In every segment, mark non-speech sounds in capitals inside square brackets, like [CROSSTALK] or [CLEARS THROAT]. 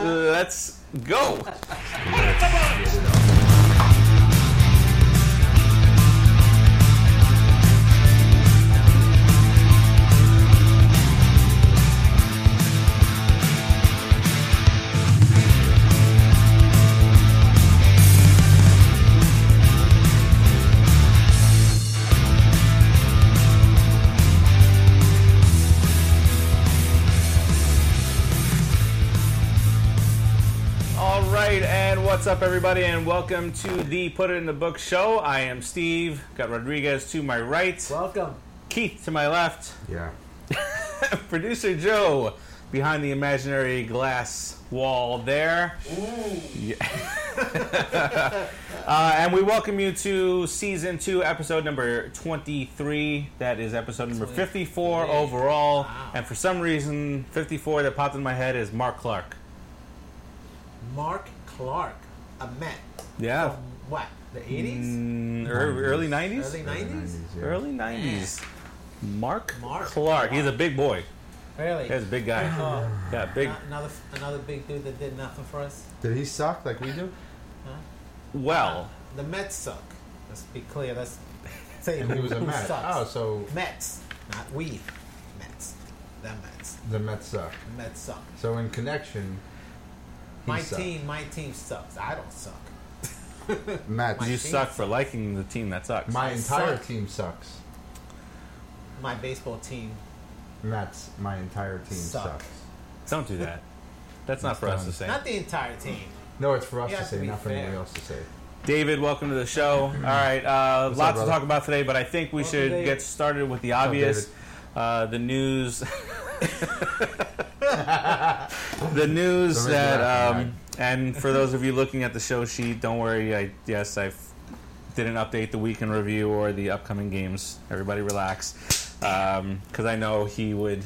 Let's go. All right, and what's up, everybody, and welcome to the Put It in the Book show. I am Steve. Got Rodriguez to my right, Welcome. Keith to my left, Yeah. producer Joe behind the imaginary glass wall there. Yeah. [LAUGHS] uh, and we welcome you to season two, episode number 23. That is episode number 54 overall. And for some reason, 54 that popped in my head is Mark Clark. Mark Clark, a Met Yeah. from what? The 80s? Mm, ear- early 90s? Early 90s? Yeah. Early nineties. Mark, Mark Clark. He's a big boy. Really? He's a big guy. Oh, Yeah, big. not- another another big dude that did nothing for us. Did he suck like we do? Well, The Mets suck. Let's be clear. Let's [LAUGHS] say And [LAUGHS] he was a who Met. sucks. Oh, so Mets, not we. Mets. The Mets. the Mets suck. The Mets suck. So in connection, he My sucked. team, my team sucks. I don't suck. Mets. you team suck for liking the team that sucks. my I entire suck. team sucks. My baseball team. Mets. My entire team Suck. sucks. Don't do that. That's not for us to done. say. Not the entire team. No, it's for us You to have to say, be not for fair. anybody else to say. David, welcome to the show. All right, uh, up, lots to brother? talk about today, but I think we Welcome, should David. get started with the obvious. Uh, the news. [LAUGHS] the news Don't make me that, laugh, um, and for those of you looking at the show sheet, don't worry. I yes, I didn't update the week in review or the upcoming games. Everybody relax, because I know he would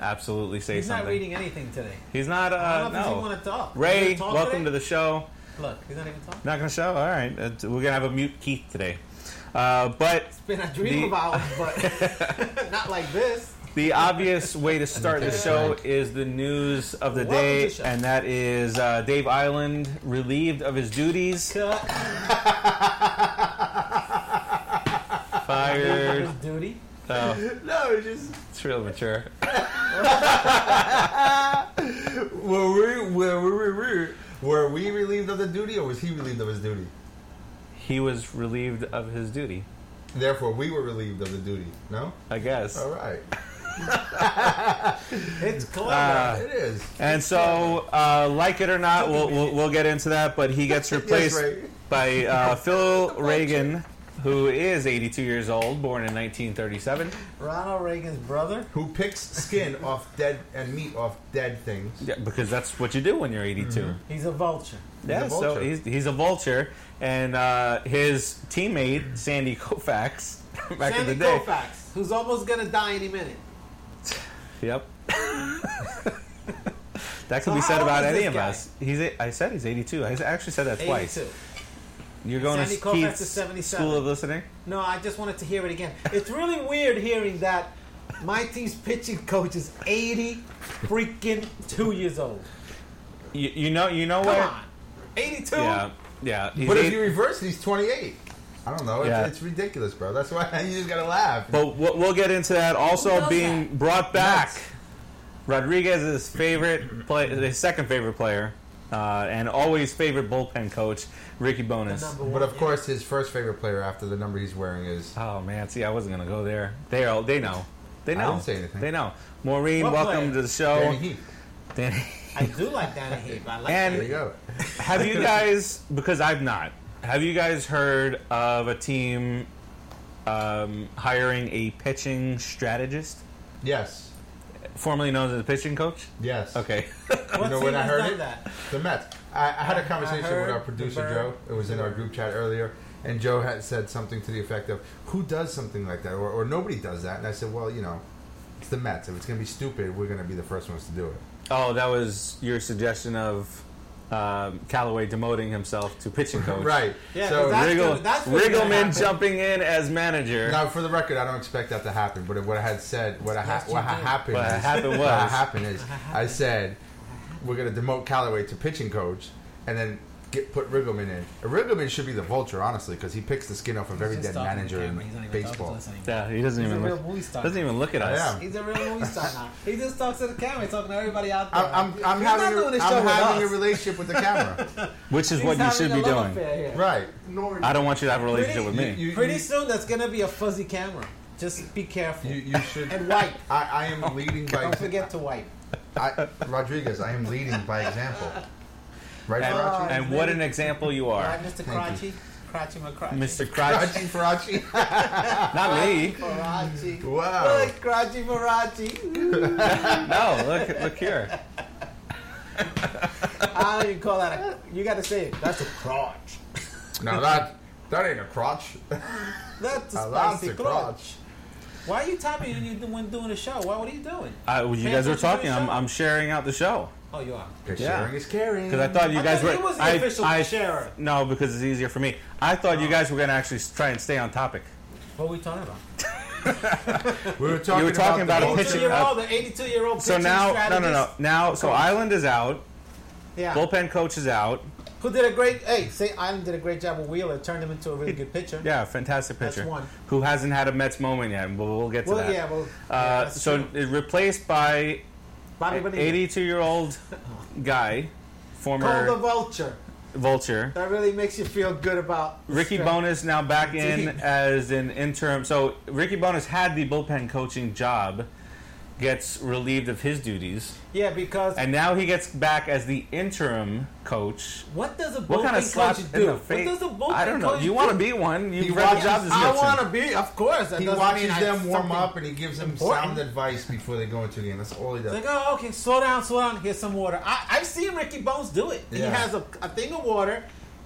absolutely say He's something. not reading anything today. He's not. I Uh, don't know if he's no. want to talk. Ray, welcome to the show. the. Look, he's not even talking. Not gonna show. All right, Uh, we're gonna have a mute Keith today. Uh, but been a dream The- of ours, but not like this. [LAUGHS] the obvious way to start the Okay. show is the news of the Welcome day, to show. and that is uh, Dave Island relieved of his [LAUGHS] duties, Cut fired. his duty. Oh, No, it's just it's real mature. were we were we, were we were we relieved of the duty, or was he relieved of his duty? He was relieved of his duty, Therefore, we were relieved of the duty. No. I guess. Oh. All right. It's clever. it is. And so, uh, like it or not, we'll, we'll, we'll get into that, but he [LAUGHS] gets replaced Ray. by uh, Phil Reagan, who is 82 years old, born in 1937. Ronald Reagan's brother. Who picks skin off dead and meat off dead things? Yeah, because that's what you do when you're 82. Mm-hmm. He's a vulture. Yeah, a so vulture. he's, he's a vulture, and uh, his teammate Sandy Koufax [LAUGHS] back Sandy in the day. Koufax, who's almost gonna die any minute. Yep. [LAUGHS] that could So be said how about old any is this of guy? us. He's a, I said he's 82. I actually said that twice. 82. You're going Sandy to Koufax Keith's is 77. School of Listening. No, I just wanted to hear it again. It's really weird hearing that my team's pitching coach is 80 freaking two years old. You, you know, you know Come what? on. 82? Yeah, yeah. He's But if eight- you reverse it, he's 28. I don't know. It's, Yeah. it's ridiculous, bro. That's why [LAUGHS] you just gotta laugh. but we'll, we'll get into that. Also does being that? brought back, Nuts. Rodriguez's favorite play, his second favorite player, uh, and always favorite bullpen coach, Ricky Bonus. Number one, but of yeah. course, his first favorite player after the number he's wearing is Oh man, see, I wasn't gonna go there. They all they know. They I know. didn't say anything. They know. Maureen, What welcome player? to the show. Danny Heat. Danny. I do like Danny Heap. I like And- There you go. Have [LAUGHS] you guys? Because I've not. Have you guys heard of a team um, hiring a pitching strategist? Yes. formerly known as the pitching coach? Yes. Okay. [LAUGHS] You What know team when I has heard done it? that? The Mets. I, I had a conversation heard with our the producer bird. Joe. It was in our group chat earlier, and Joe had said something to the effect of, "Who does something like that?" Or, or nobody does that. And I said, "Well, you know, it's the Mets. If it's going to be stupid, we're going to be the first ones to do it." oh, that was your suggestion of um, Callaway demoting himself to pitching [LAUGHS] coach. Right. Yeah, So 'cause that's Riggle, gonna- that's what's gonna happen. Riggleman jumping in as manager. now, for the record, I don't expect that to happen. But what I had said, what I ha- Yes, you what ha- did. happened, What is, happened what was- happened is, I said, "We're going to demote Callaway to pitching coach, and then." Get, put Riggleman in. Riggleman should be the vulture, honestly, because he picks the skin off of every dead manager in baseball. Yeah, he doesn't He's even a real look. movie star. Doesn't even look at us. am. He's a real movie star now. He just talks to the camera. He's talking to everybody out there. I'm, I'm, I'm He's not having, doing a, this show I'm with having a us. relationship with [LAUGHS] the camera. Which is He's what you having should a be love doing. affair here. right. I don't want you to have a relationship with me. You, you, Pretty soon, that's gonna be a fuzzy camera. Just be careful. you, you should. and wipe. I, I am leading by Don't exa- forget to wipe. I, Rodriguez, I am leading by example. Right, and, Farachi? and what an example you All are, Uh, right, Mr. Thank Crotchy. Crotchy McCrotchy. Mr. Crotch. [LAUGHS] Farachi, Farachi. Not me. Farachi. Wow. Look, Crotchy Farachi. No, look, look here. I don't even call that a. You gotta say it. That's a crotch. [LAUGHS] Now that that ain't a crotch. That's a That's spicy a crotch. crotch. Why are you tapping when you doing doing the show? Why? What are you doing? I, Uh, well, you Man, guys don't are you talking. do the I'm, show? I'm sharing out the show Oh, you are. Because Yeah. sharing is caring. because I thought you I guys thought were. he was the I, official Oh. I, sharer. No, because it's easier for me. I thought you guys were going to actually s- try and stay on topic. What are we talking about? we were talking, were talking about about, a the pitch- 82 vulture. year old, the 82 year old. So now, no, no, no. Now, so Coach. Island is out. Yeah. Bullpen coach is out. Who did a great? Hey, say Island did a great job with Wheeler. Turned him into a really good pitcher. Yeah, fantastic That's pitcher. one. Who hasn't had a Mets moment yet? But we'll get to Well, that. yeah. Well, yeah, Uh, that's so true. it replaced by Bobby Bonilla. 82 year [LAUGHS] old guy, Call the former vulture. Vulture. That really makes you feel good about Ricky Bonus. Bonus now back in Indeed. as an interim. So Ricky Bonus had the bullpen coaching job, gets relieved of his duties, Yeah, because and now he gets back as the interim coach. what does a bullpen What kind of slap coach in do? the face? What does a bullpen I don't know. coach You do? want to be one? He You read the watches- job description. I want to be, of course. That He doesn't watches mean I- them warm something- up and he gives them important. sound advice before they go into the game. That's all he does. Like, oh, okay, slow down, slow down. Here's some water. I, I've seen Ricky Bones do it. He Yeah. has a, a thing of water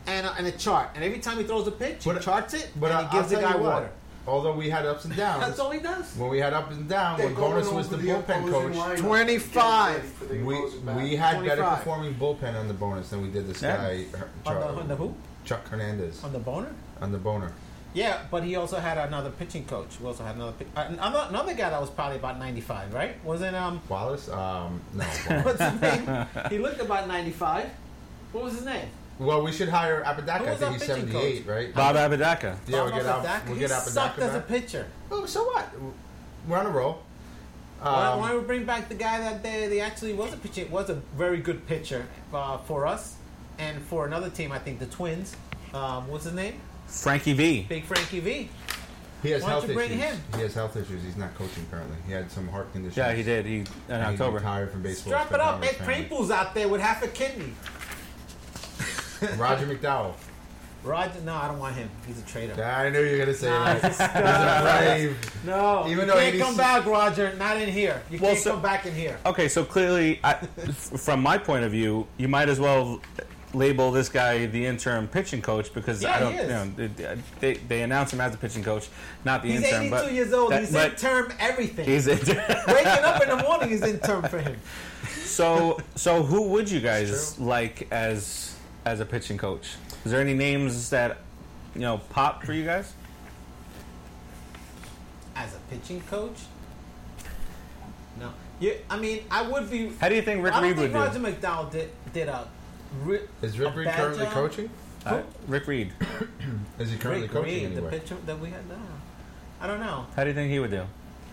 and a, and a chart, and every time he throws a pitch, he But- charts it But and I- he gives the I'll tell guy you what, water. Although we had ups and downs, [LAUGHS] That's all he does. when we had ups and downs, They're when Bonus going was the over bullpen opposing coach, lineup. 25. For the We opposing back. we had better 25. performing bullpen on the bonus than we did this Yeah. guy Her- On the, Char- on the who? Chuck Hernandez On the boner? on the boner. Yeah, but he also had another pitching coach. We also had another pi- uh, another, another guy that was probably about 95, right? Wasn't um [LAUGHS] Wallace, um, no. Boner. what's his [LAUGHS] name? he looked about 95. What was his name? well, we should hire Who Apodaca. I was think our he's pitching seventy eight, right? Bob Abadaka. yeah, we Bob get out. Apodaca. We he get sucked Apodaca as a back. pitcher. Oh, so what? We're on a roll. Why, Um, why don't we bring back the guy that they, they actually was a pitcher, was a very good pitcher uh, for us and for another team, I think the Twins. Um, what's his name? Frankie V. Big Frankie V. he has why don't health you bring issues. him? He has health issues. He's not coaching currently. He had some heart conditions. Yeah, he did. He in And He October. retired from baseball. Strap it spent up, time Ed with his Crimple's out there with half a kidney. family. [LAUGHS] Roger McDowell. Roger, no, I don't want him. He's a traitor. I knew you were gonna say Nah, that. he's a [LAUGHS] He's stud. a brave. no, Even you though can't come 86 back, Roger. Not in here. You Well, can't so- come back in here. Okay, so clearly, [LAUGHS] I, f- from my point of view, you might as well label this guy the interim pitching coach because Yeah, I don't. he is. You know, they, they announce him as the pitching coach, not the He's interim. 82 but years old. that- he's but in term everything. [LAUGHS] he's inter- [LAUGHS] [LAUGHS] Waking up in the morning is in term for him. so so. Who would you guys like as as a pitching coach? Is there any names that you know pop for you guys? as a pitching coach? No. You, I mean, I would be. How do you think Rick I don't Reed would think Roger do? McDowell did, did a. re- Is Rick a Reed bad currently job. coaching? Uh, Rick Reed. Is he currently Rick coaching Reed, the anywhere? pitcher that we had. No. I don't know. How do you think he would do?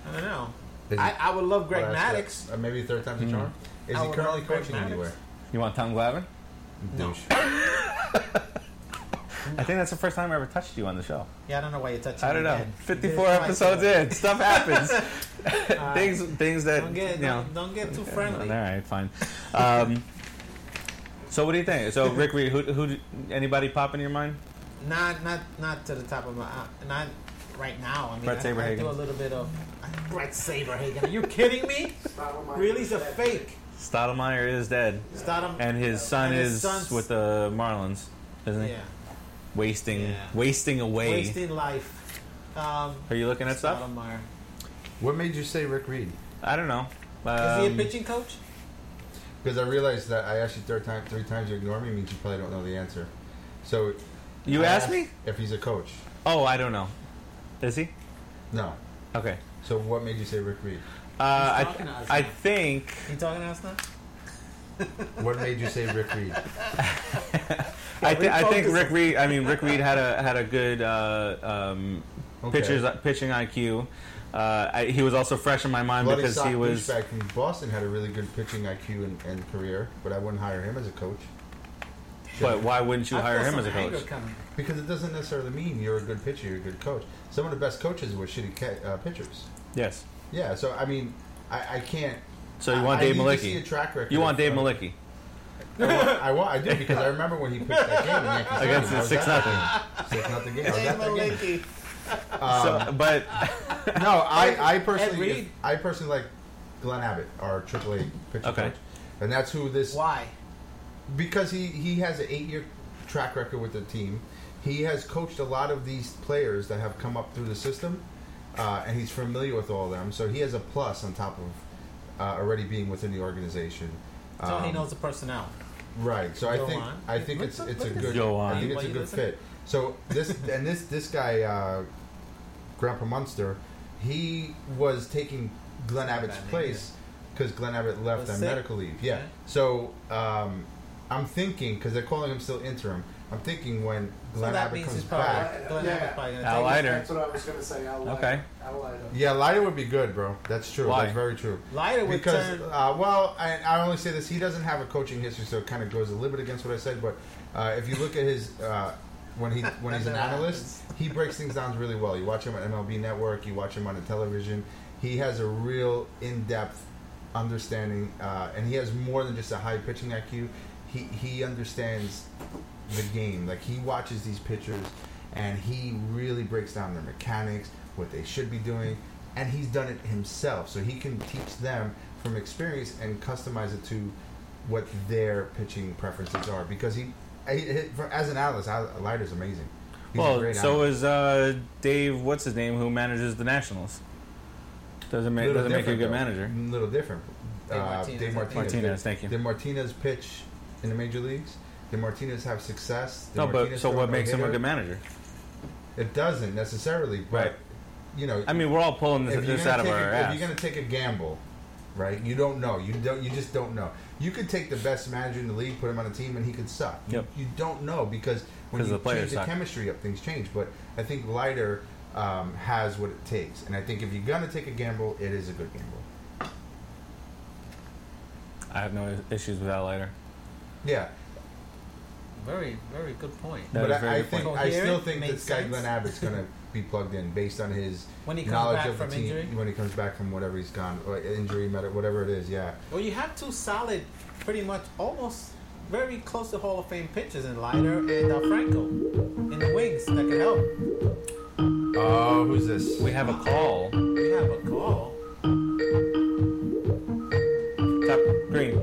I don't know. Is he- I, I would love Greg Well, that's Maddox. good. Uh, maybe third Hmm. time's a charm. Is I he would currently not break coaching Maddox. anywhere? You want Tom Glavine? No. Douche. I think that's the first time I ever touched you on the show. Yeah, I don't know why you touched him I don't know. again. Fifty-four It's my episodes fault. in, stuff [LAUGHS] happens. [LAUGHS] things, things that Don't get, you know. don't, don't get too All friendly. right, fine. Um, so, what do you think? So, Rick Reed, who, who, anybody pop in your mind? uh, Not, not, not to the top of my. Not, right now. I mean, Brett I- I, Saberhagen. do a little bit of Brett Saberhagen. Are you kidding me? really, he's a fake. Stoudemire is dead, Stoudem- and his son and his is son's- with the Marlins, isn't he? yeah, Wasting, Yeah. wasting away. wasting life. Um, Are you looking at stuff? Stoudemire. What made you say Rick Reed? I don't know. Is he a Um, pitching coach? Because I realized that I asked you third time, three times you ignore me means you probably don't know the answer. So You I asked me? if he's a coach. Oh, I don't know. Is he? No. Okay. So what made you say Rick Reed? Uh, I, talking to us I now. think You talking to us now? What made you say Rick [LAUGHS] Reed? I, th- I think refocus Rick him. Reed. [LAUGHS] I mean, Rick Reed had a had a good uh, um, Okay. pitchers pitching IQ. Uh, I, he was also fresh in my mind Bloody because sock he was. douchebag from Boston had a really good pitching IQ and, and career, but I wouldn't hire him as a coach But why wouldn't you I hire feel him as some a coach? anger coming. because it doesn't necessarily mean you're a good pitcher. You're a good coach. Some of the best coaches were shitty ca- uh, pitchers. Yes. Yeah. So I mean, I, I can't. So you I- want I Dave need to Malicki? see a track record You want of- Dave of- Malicki I want. I do because I remember when he pitched [LAUGHS] that game in Yankee Stadium. against I the was six at- nothing. Six nothing game. I was at that game. Malicki. Um, So, [LAUGHS] but No, I, I personally, Reed. I personally like Glenn Abbott, our AAA pitcher Okay. coach, and that's who this Why? because he he has an eight year track record with the team. He has coached a lot of these players that have come up through the system, uh, and he's familiar with all of them. So he has a plus on top of uh, already being within the organization. So he Um, knows the personnel. Right. So I Go think on. I think Look- it's look- it's look a at this. good Go on. I think While it's a you good listen. fit. So this and this this guy uh, Grandpa Munster, he was taking Glenn Abbott's Batman, place because Glenn Abbott Was left on sick. medical leave. Yeah. Yeah. So um, I'm thinking because they're calling him still interim. I'm thinking when So Glenn that Abbott means comes he's probably, back. Glenn Yeah. Abbott's probably going Al to take Leiter. That's what I was gonna say. Al Okay. Al Leiter. Yeah, Lighter would be good, bro. That's true. Why? That's very true. Leiter would because turn- uh, well, I, I only say this. He doesn't have a coaching history, so it kind of goes a little bit against what I said. But uh, if you look at his uh, when [LAUGHS] he when he's an That analyst, he breaks things down really well. You watch him on MLB Network. You watch him on the television. He has a real in depth understanding, uh, and he has more than just a high pitching IQ. He he understands the game. Like he watches these pitchers, and he really breaks down their mechanics, what they should be doing, and he's done it himself, so he can teach them from experience and customize it to what their pitching preferences are. Because he, I- I- for- as an analyst, Al- Leiter's amazing. He's a well, great so analyst. is uh, Dave. What's his name? Who manages the Nationals? Doesn't make Little doesn't make you a different, good though. manager. A little different. Dave Uh, Martinez, I Dave think. Martinez. Martinez, thank you. Did Martinez pitch in the major leagues? Did Martinez have success? Did No, but Martinez so throw what makes him a no-hitter? good manager? It doesn't necessarily, but Right. you know, I mean, we're all pulling this, if you're this gonna out of take our a, ass. If you're going to take a gamble, right? You don't know. You don't. You just don't know. You could take the best manager in the league, put him on a team, and he could suck. You- Yep. You, don't know because when 'Cause you the players change the suck. chemistry up, things change. But I think Leiter um, has what it takes, and I think if you're going to take a gamble, it is a good gamble. I have no issues with that later. Yeah, Very, very good point. That but is very I, I good point. think I still Coherent, think makes this guy sense. Glenn [LAUGHS] Abbott's going to be plugged in based on his When he comes knowledge back of the from team injury? when he comes back from whatever he's gone or injury, med- whatever it is. Yeah. Well, you have two solid, pretty much almost very close to Hall of Fame pitchers in Leiter and uh, Franco in the wings that can help. Oh, who's this? We have a call. We have a call. Top green.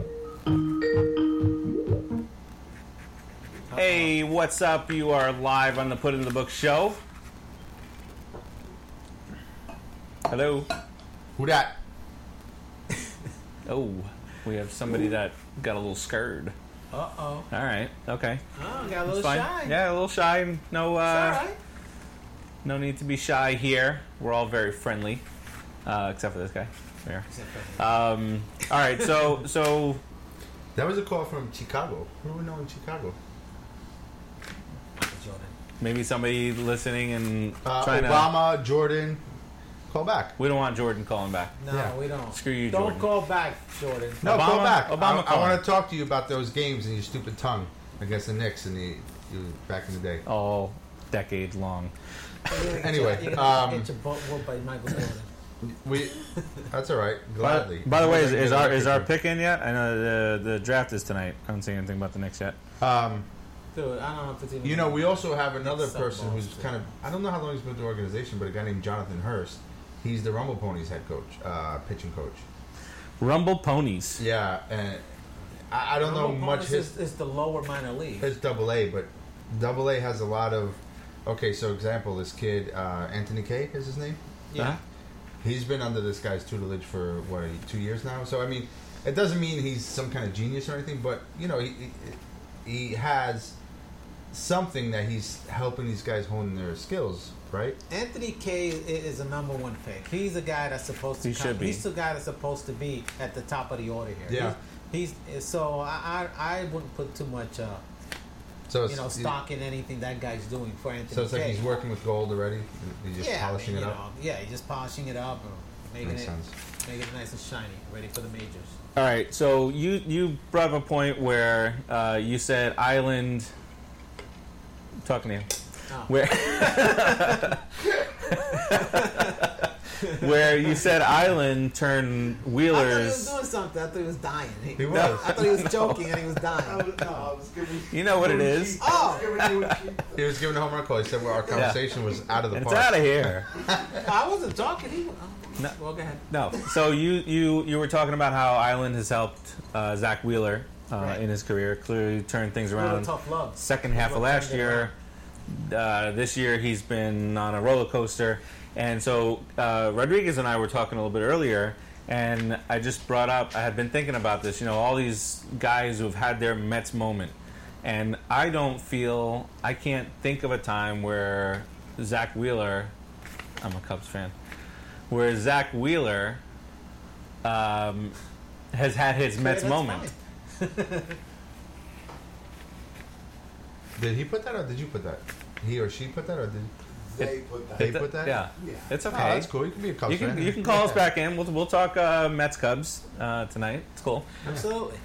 Hey, what's up? You are live on the Put in the Book show. Hello. Who that? Oh, we have somebody that got a little scared. Uh oh. All right. Okay. Oh, got a little Fine. shy. Yeah, a little shy. No. It's all Uh, right. No need to be shy here. We're all very friendly, uh, except for this guy. There. Um, all right. So so That was a call from Chicago. Who do we know in Chicago? Jordan. maybe somebody listening and Uh, trying to. Obama, Jordan. Call back. We don't want Jordan calling back. No, Yeah. we don't. Screw you, Don't Jordan. call back, Jordan. No, call Obama- back. Obama I, call. want to talk to you about those games and your stupid tongue against the Knicks in the you- back in the day. all decade long. Anyway, You're gonna um, get your butt whooped by [CLEARS THROAT] Michael Jordan. We. That's all right. By, Gladly. by the way, is, is our is our pick? pick in yet? I know the the draft is tonight. I haven't seen anything about the Knicks yet. Um, Dude, I don't know if it's even. You know, we also have another Some person who's balls, kind of, I don't know how long he's been with the organization, but a guy named Jonathan Hurst. He's the Rumble Ponies head coach, uh, pitching coach. Rumble Ponies. Yeah, and I, I don't know Rumble much Ponies his, Is, is the lower minor league. It's double A, but double A has a lot of. Okay, so example, this kid uh, Anthony K is his name. yeah. He's been under this guy's tutelage for what two years now. So I mean, it doesn't mean he's some kind of genius or anything, but you know, he he, he has something that he's helping these guys hone their skills, right? Anthony K is, is a number one pick. He's a guy that's supposed to. He come- should be. He's the guy that's supposed to be at the top of the order here. Yeah. He's, he's so I, I I wouldn't put too much uh, So you know stock in anything that guy's doing for Anthony. So it's like K. he's working with gold already. He's just yeah, I polishing mean, it you up. Know, yeah, he's just polishing it up, or making Makes it sense. making it nice and shiny, ready for the majors. All right. So you you brought up a point where uh, you said island. I'm talking to you. Oh. Where. [LAUGHS] where you said island turn I thought he was wheelers. doing something. I thought he was dying. He [LAUGHS] was. I thought he was joking and he was [LAUGHS] dying. [LAUGHS] No, I was giving you. You know what it is. Oh, Giving you a [LAUGHS] cheat. He was giving a home run call. He said well, our conversation was out of the It's park. out of here. I wasn't talking. He, was- oh, No. Well, go ahead. No. So you you you were talking about how Island has helped uh, Zach Wheeler uh, Right. in his career, clearly turned things Little around. tough love. Second half of Well, last turned it year, uh, this year he's been on a roller coaster, and so uh, Rodriguez and I were talking a little bit earlier. And I just brought up, I had been thinking about this, you know, all these guys who've had their Mets moment. And I don't feel, I can't think of a time where Zach Wheeler, I'm a Cubs fan, where Zach Wheeler um, has had his Mets Yeah, that's moment. fine. Did he put that or did you put that? He or she put that or did They put that. they put that? Yeah. Yeah. It's okay. Oh, that's cool. You can be a Cubs You can fan. you can call us back in. We'll we'll talk uh, Mets Cubs uh, tonight. It's cool. [LAUGHS] Absolutely.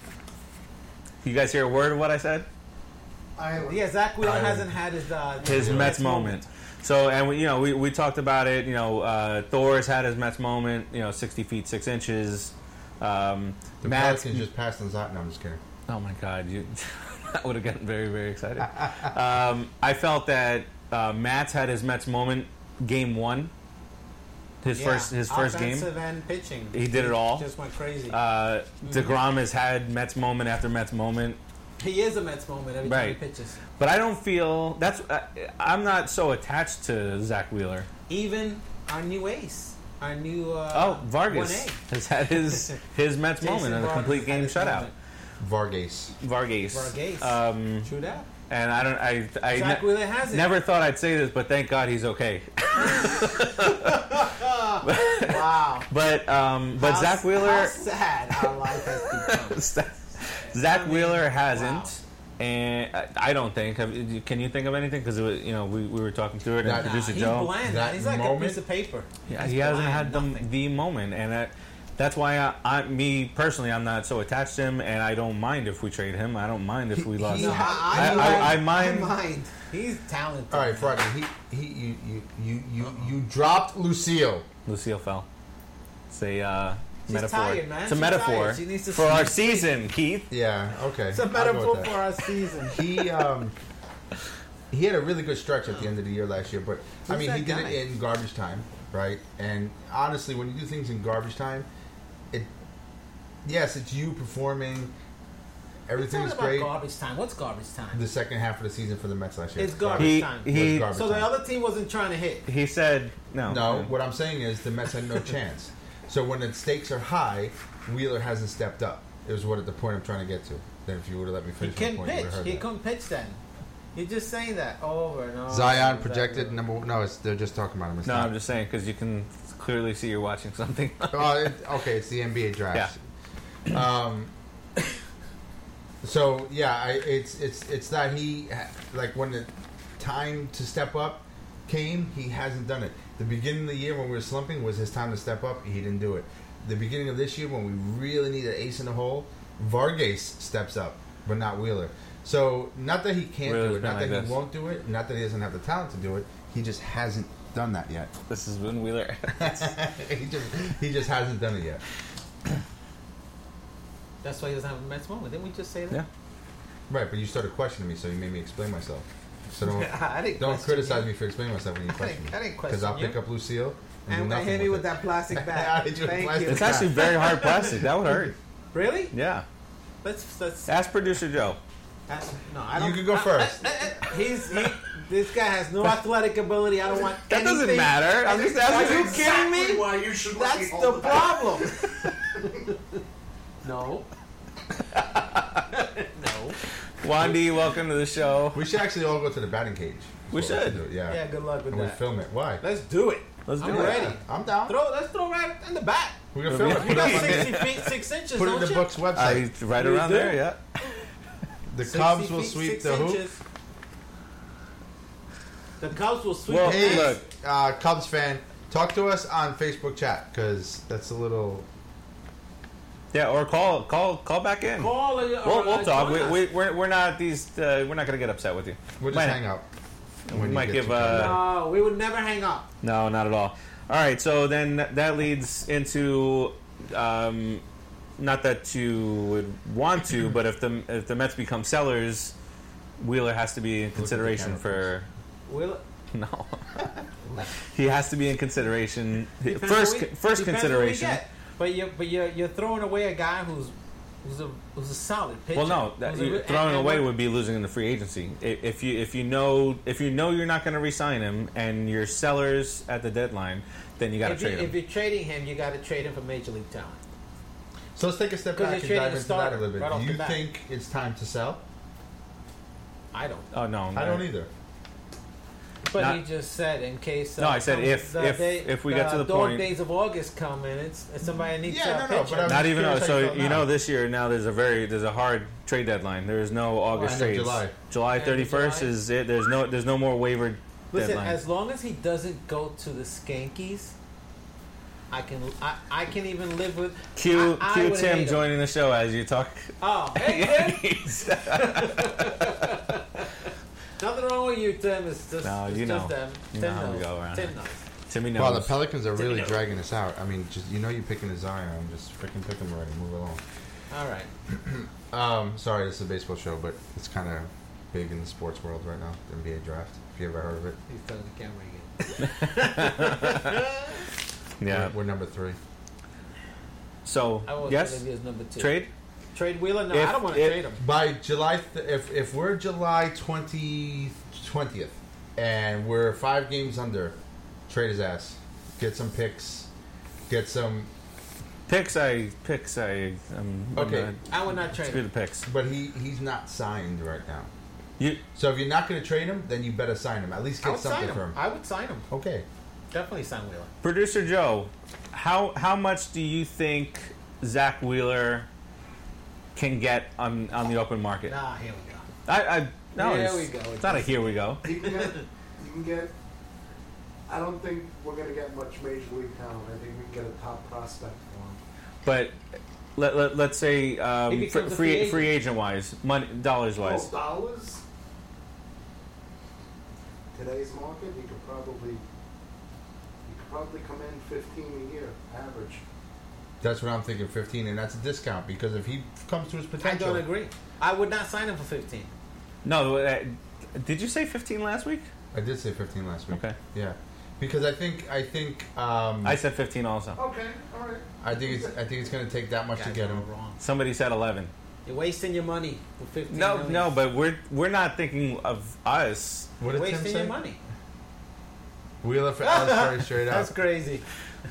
You guys hear a word of what I said? Island. Yeah, Zach Wheeler Island. hasn't had his uh, His Mets moment. So and we you know we, we talked about it. You know uh, Thor's had his Mets moment. You know sixty feet six inches. Um, The Matt's Pelicans just passed on Zot. No, I'm just kidding. Oh my God, you [LAUGHS] that would have gotten very, very [LAUGHS] excited. um, I felt that uh, Matt's had his Mets moment game one. His Yeah, first, his first game. Offensive and pitching. He did it all. Just went crazy. Uh, Mm-hmm. Degrom has had Mets moment after Mets moment, he is a Mets moment every time right. he pitches. but I don't feel that's. I, I'm not so attached to Zach Wheeler. Even our new ace, our new uh, Oh, Vargas 1A. has had his his Mets [LAUGHS] Jason moment and a Vargas complete had game his shutout. moment. Vargas. Vargas. Vargas. Um, True that. and I don't. I I Zach ne- Wheeler has it. never thought I'd say this, but thank God he's okay. [LAUGHS] Wow. But um, but How- Zach Wheeler, [LAUGHS] How sad our life has become. Zach Wheeler hasn't, and I- I don't think. Have- Can you think of anything? Because you know we, we were talking through it, and Nah, producer he's Joe, bland. that he's like a moment- piece of paper. Yeah, He's he hasn't bland, had the, nothing. the moment, and that, that's why I, I, me personally, I'm not so attached to him, and I don't mind if we trade him. I don't mind if we he lost No, him. had- I, I- I- I, I mind- mind. He's talented. All right, Friday. He he you you you you, you dropped Lucille. Lucille fell. It's a uh, metaphor. tired, man. It's a She's metaphor tired. She needs to for our sleep. season, Keith. Yeah. Okay. It's a metaphor for our season. He um he had a really good stretch at the end of the year last year, but I Who's mean he that did guy? it in garbage time, right? And honestly, when you do things in garbage time, it yes, it's you performing. Everything Talking is about great. garbage time. What's garbage time? The second half of the season for the Mets last year. It's garbage He time. he Was so the time. other team wasn't trying to hit. he said no. No, what I'm saying is the Mets [LAUGHS] had no chance. So when the stakes are high, Wheeler hasn't stepped up. Is what at the point I'm trying to get to. Then if you would have let me He finish, my can point, you pitch. would've heard He that. couldn't pitch then. You're just saying that over and over. Zion Exactly. [LAUGHS] projected number. One. No, it's, they're just talking about him. It's No, not- I'm just saying because you can clearly see you're watching something. [LAUGHS] Oh, it, okay, it's the NBA draft. Um, so yeah, I, it's it's it's that he ha- like when the time to step up came, he hasn't done it. The beginning of the year when we were slumping was his time to step up. He didn't do it. The beginning of this year when we really need an ace in the hole, Vargas steps up, but not Wheeler. So not that he can't do Wheeler's it, not been that like he this. won't do it, not that he doesn't have the talent to do it. He just hasn't done that yet. this is Ben Wheeler. [LAUGHS] he just he just hasn't done it yet. That's why he doesn't have a Mets moment. Didn't we just say that? yeah. Right, but you started questioning me, so you made me explain myself. [LAUGHS] So don't I didn't don't question criticize you. me for explaining myself when you question me. I didn't Because I'll question pick you. up Lucille and, And do they nothing hit me with it. that [LAUGHS] plastic I bag. hit you with Thank plastic. you. It's actually very hard plastic. That would hurt. Really? Yeah. Let's let's. Ask producer Joe. I- no, I don't. You can go I- [LAUGHS] first. I- I- he's he, this guy has [LAUGHS] no athletic ability. I don't want. That doesn't anything. matter. I'm just Are asking. you kidding me? Why you should let me That's hold the it back. problem. no. no. Wandy, welcome to the show. We should actually all go to the batting cage. That's We what should. do, Yeah. Yeah, good luck with and we that. film it. Why? Let's do it. Let's do I'm it. ready. I'm down. Throw. Let's throw right in the back. We're [LAUGHS] gonna film it. You Put it, got up on the, sixty feet six inches, put it don't in the you? book's I, website. right You around do? there, yeah. the 60 Cubs will feet, sweep six the hoop. inches. The Cubs will sweep. Well, the Hey, hoop. Oh, look. uh, Cubs fan, talk to us on Facebook chat because that's a little. Yeah, or call call call back in. Call it. We'll, we'll talk. We, we, we're, we're not these. Uh, we're not gonna get upset with you. We'll just Might- hang out. We when you might get give. to Cubs. Uh, No, we would never hang up. no, not at all. All right. So then th- that leads into. Um, not that you would want to, but if the if the Mets become sellers, Wheeler has to be in consideration camera, for We'll, [LAUGHS] No. he has to be in consideration. depends first, what we- first depends what we consideration. get. But you're but you're, you're throwing away a guy who's who's a who's a solid pitcher. Well, no, that, Who's a you- re- throwing and- and away what- would be losing in the free agency. I- If you if you know if you know you're not going to re-sign him and your sellers at the deadline, then you got to If, you, trade if him. you're trading him, you got to trade him for major league talent. So let's take a step 'Cause back they're and trading dive the into that a starter little bit. right off Do the you bat. think it's time to sell? I don't. Oh no, I don't no. either. But Not- he just said in case. uh, No, I said comes if- if- if we get to the dog point- days of August come and it's, it's somebody needs Yeah, a no, no, pitcher. but I'm- Not even oh, curious how you so felt you now. know this year now there's a very there's a hard trade deadline. There is Oh, no August End of trades. July. July End of 31st July. is it. There's no there's no more waiver Listen, deadline. as long as he doesn't go to the Skankies, I can I, I can even live with. Q I- I Q would hate Tim him. joining the show as you talk. Oh, [LAUGHS] hey Tim, nothing wrong with you, Tim. It's just No, it's you just know. Them. You Tim know how we knows. go around. Tim knows. Timmy knows. Wow, the Pelicans are really Didn't know. dragging us out. I mean, just you know, you're picking a Zion. I'm just freaking pick him already. Move along. All right. Um, sorry, this is a baseball show, but it's kind of big in the sports world right now. The NBA draft. If you ever heard of it, He's telling the camera again. yeah. we're, we're number three. I So was yes, he was number two. trade. Trade Wheeler? No, If I don't want to it- trade him. By July, th- if if we're July 20, 20th, and we're five games under, trade his ass. Get some picks. Get some. Picks, I picks, I. I'm, Okay. I'm I would not not, trade screw him. the picks. But he he's not signed right now. You So if you're not going to trade him, then you better sign him. At least I get would sign something him. for him. I would sign him. Okay. Definitely sign Wheeler. producer Joe, how how much do you think Zach Wheeler can get on on the open market? Nah, Ah, here we go. I, I no, Here it's, we go. It's not a here we go. You can get. You can get. I don't think we're gonna get much major league talent. I think we can get a top prospect for him. But let, let let's say He um, fr- becomes a free free Oh. free agent wise, money dollars wise. Twelve dollars. Today's market, you could probably. You could probably come in fifteen a year average. That's what I'm thinking. 15, and that's a discount because if he comes to his I potential, don't agree. I would not sign him for 15. No, uh, did you say fifteen last week? I did say 15 last week. Okay. Yeah. Because I think I think um, I I, said fifteen also. Okay, all right. think it's I think it's going to take that much to Guys get are him. wrong. Somebody said eleven. You're wasting your money for 15 No, million. no, but we're we're not thinking of us. What You're did Tim wasting your say? money. Wheeler for Ellsbury straight [LAUGHS] up. That's crazy.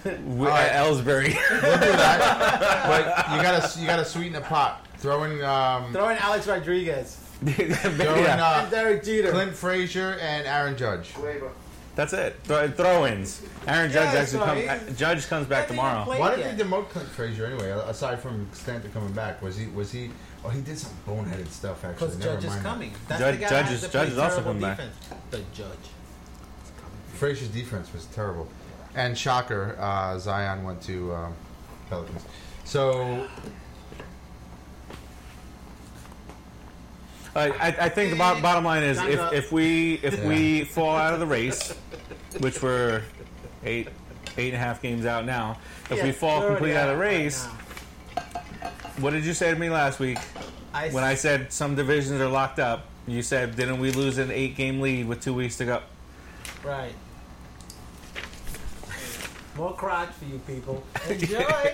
We, All right. uh, Ellsbury. [LAUGHS] We'll do that. but you gotta you gotta sweeten the pot. Throwing um, Throw in Alex Rodriguez throwing Yeah. and uh, Derek Jeter. Clint Frazier and Aaron Judge. Labor. That's it. Throw, throw-ins. Aaron Judge Yeah, actually so come, he's- Judge comes back Hasn't even tomorrow. played Why did yet. they demote Clint Frazier anyway? Aside from Stanton coming back, was he was he? Oh, he did some boneheaded stuff actually. Because Never Judge is mind. coming. That's Judge- the guy Judge that has is- to play Judge is also terrible coming back. defense. The judge. Frazier's defense was terrible, and shocker, uh, Zion went to um, Pelicans. So I, I, I think the bo- bottom line is Time's if, up. if we if Yeah. we fall out of the race, which we're eight eight and a half games out now, if we Yeah, fall they're already completely out of the right race, now. what did you say to me last week? I When I said some divisions are locked up, you said, didn't we lose an eight game lead with two weeks to go? Right. More crotch for you [LAUGHS] people. Enjoy.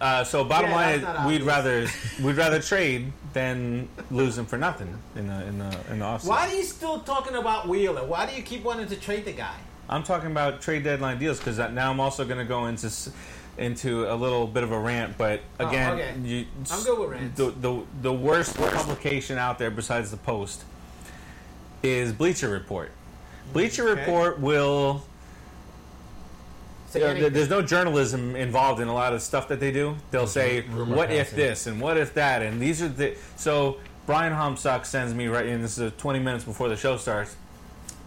Uh, so bottom Yeah, line that's is not we'd obvious. rather we'd [LAUGHS] rather trade than lose them for nothing in the in the in the offseason. Why are you still talking about Wheeler? Why do you keep wanting to trade the guy? I'm talking about trade deadline deals because now I'm also going to go into s- into a little bit of a rant. But Oh, again, okay. you, I'm good with rants. The, the the worst publication out there besides the Post is Bleacher Report. Bleacher Okay. Report will. Say Yeah, anything. there's no journalism involved in a lot of stuff that they do. They'll say, Mm-hmm. rumor "What if passing. this?" and "What if that?" and these are the. So Brian Homsock sends me right in. This is uh, 20 minutes before the show starts.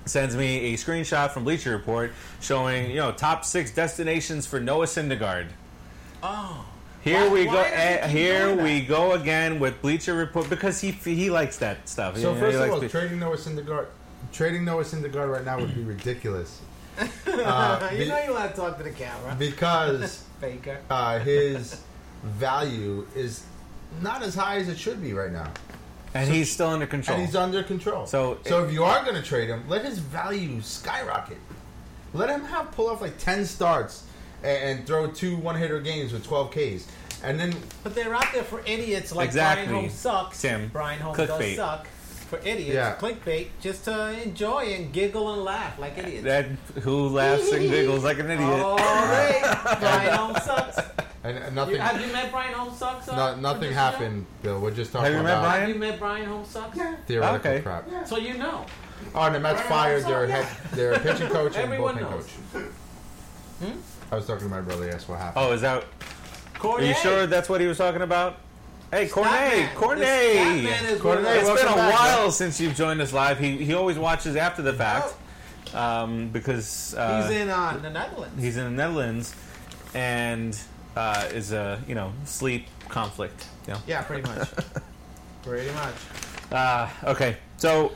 Sends me a screenshot from Bleacher Report showing you know top six destinations for Noah Syndergaard. oh. Here Why- we why go. does he eh, keep here doing we that? go again with Bleacher Report because he he likes that stuff. So You know, he first of likes all, Ble- trading Noah Syndergaard, trading Noah Syndergaard right now would be [LAUGHS] ridiculous. Uh, [LAUGHS] you be- know you want to talk to the camera, because Faker. uh, his value is not as high as it should be right now, and he's still under control. and he's under control. So- so if you are going to trade him, let his value skyrocket. Let him have pull off like ten starts and, and throw two one-hitter games with twelve Ks, and then But they're out there for idiots like Exactly. Brian Holmes sucks. Tim, Brian Holmes clickbait. does suck. For idiots, Yeah. clickbait, just to enjoy and giggle and laugh like idiots. that who laughs and giggles like [LAUGHS] an idiot. All Oh. right, [LAUGHS] Brian Holmes sucks. and, and You, nothing, have you met Brian Holmes sucks? uh, no, for nothing this happened. Bill, we're just talking Have you met about show? Brian? Have you met Brian Holmes sucks? Yeah. theoretical Okay. crap. Yeah. So you know. Oh, and the Mets fired their head, their pitching coach and Everyone bullpen knows. Hmm? coach. I was talking to my brother. Yes, what happened? Oh, is that? Are Cornet. you sure that's what he was talking about? Hey, Cornet, Statman. Cornet. This Statman is Cornet, one of It's those- been a Welcome back, while since you've joined us live. He he always watches after the fact um, because uh, He's in uh, the Netherlands. he's in the Netherlands and uh, is a you know sleep conflict. You know? Yeah, pretty [LAUGHS] much. pretty much. Uh, okay, so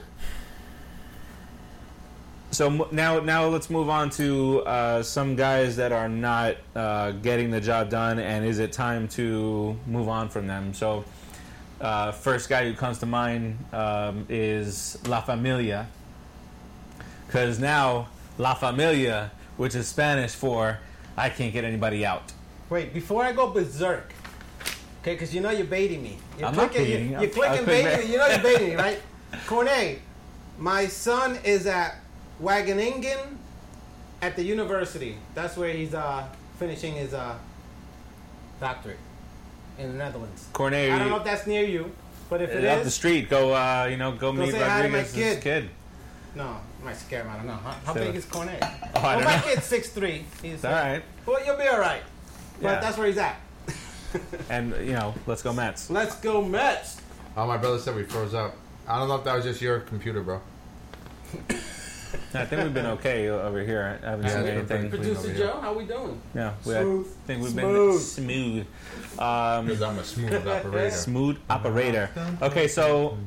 so m- now now let's move on to uh, some guys that are not uh, getting the job done, and is it time to move on from them? So uh, first guy who comes to mind um, is La Familia, because now La Familia, which is Spanish for I can't get anybody out. Wait, before I go berserk, okay, because you know you're baiting me. You're I'm not clicking, baiting. You're, I'm- you're clicking I'm baiting clickbait. me. You know you're [LAUGHS] baiting me, right? Cornet, my son is at Wageningen at the university. That's where he's uh, finishing his uh, doctorate in the Netherlands. Cornet, I don't know if that's near you, but if it up the is, street, go uh, you know go, meet say hi to my Rodriguez's kid. kid. no, I might scare him. I don't know. How, how So- big is Cornet? Oh, I well, don't my know. kid's six three. He's It's all right. Well, you'll be all right. But Yeah. that's where he's at. And you know, let's go Mets. Let's go Mets. Oh, my brother said we froze up. I don't know if that was just your computer, bro. I think we've been okay over here. I haven't Yeah, seen it's been anything. pretty- Producer over here. Joe, how we doing? Yeah, we, I Smooth. think we've been Smooth. smooth. Um, Because I'm [LAUGHS] a smooth operator. smooth operator. Okay, so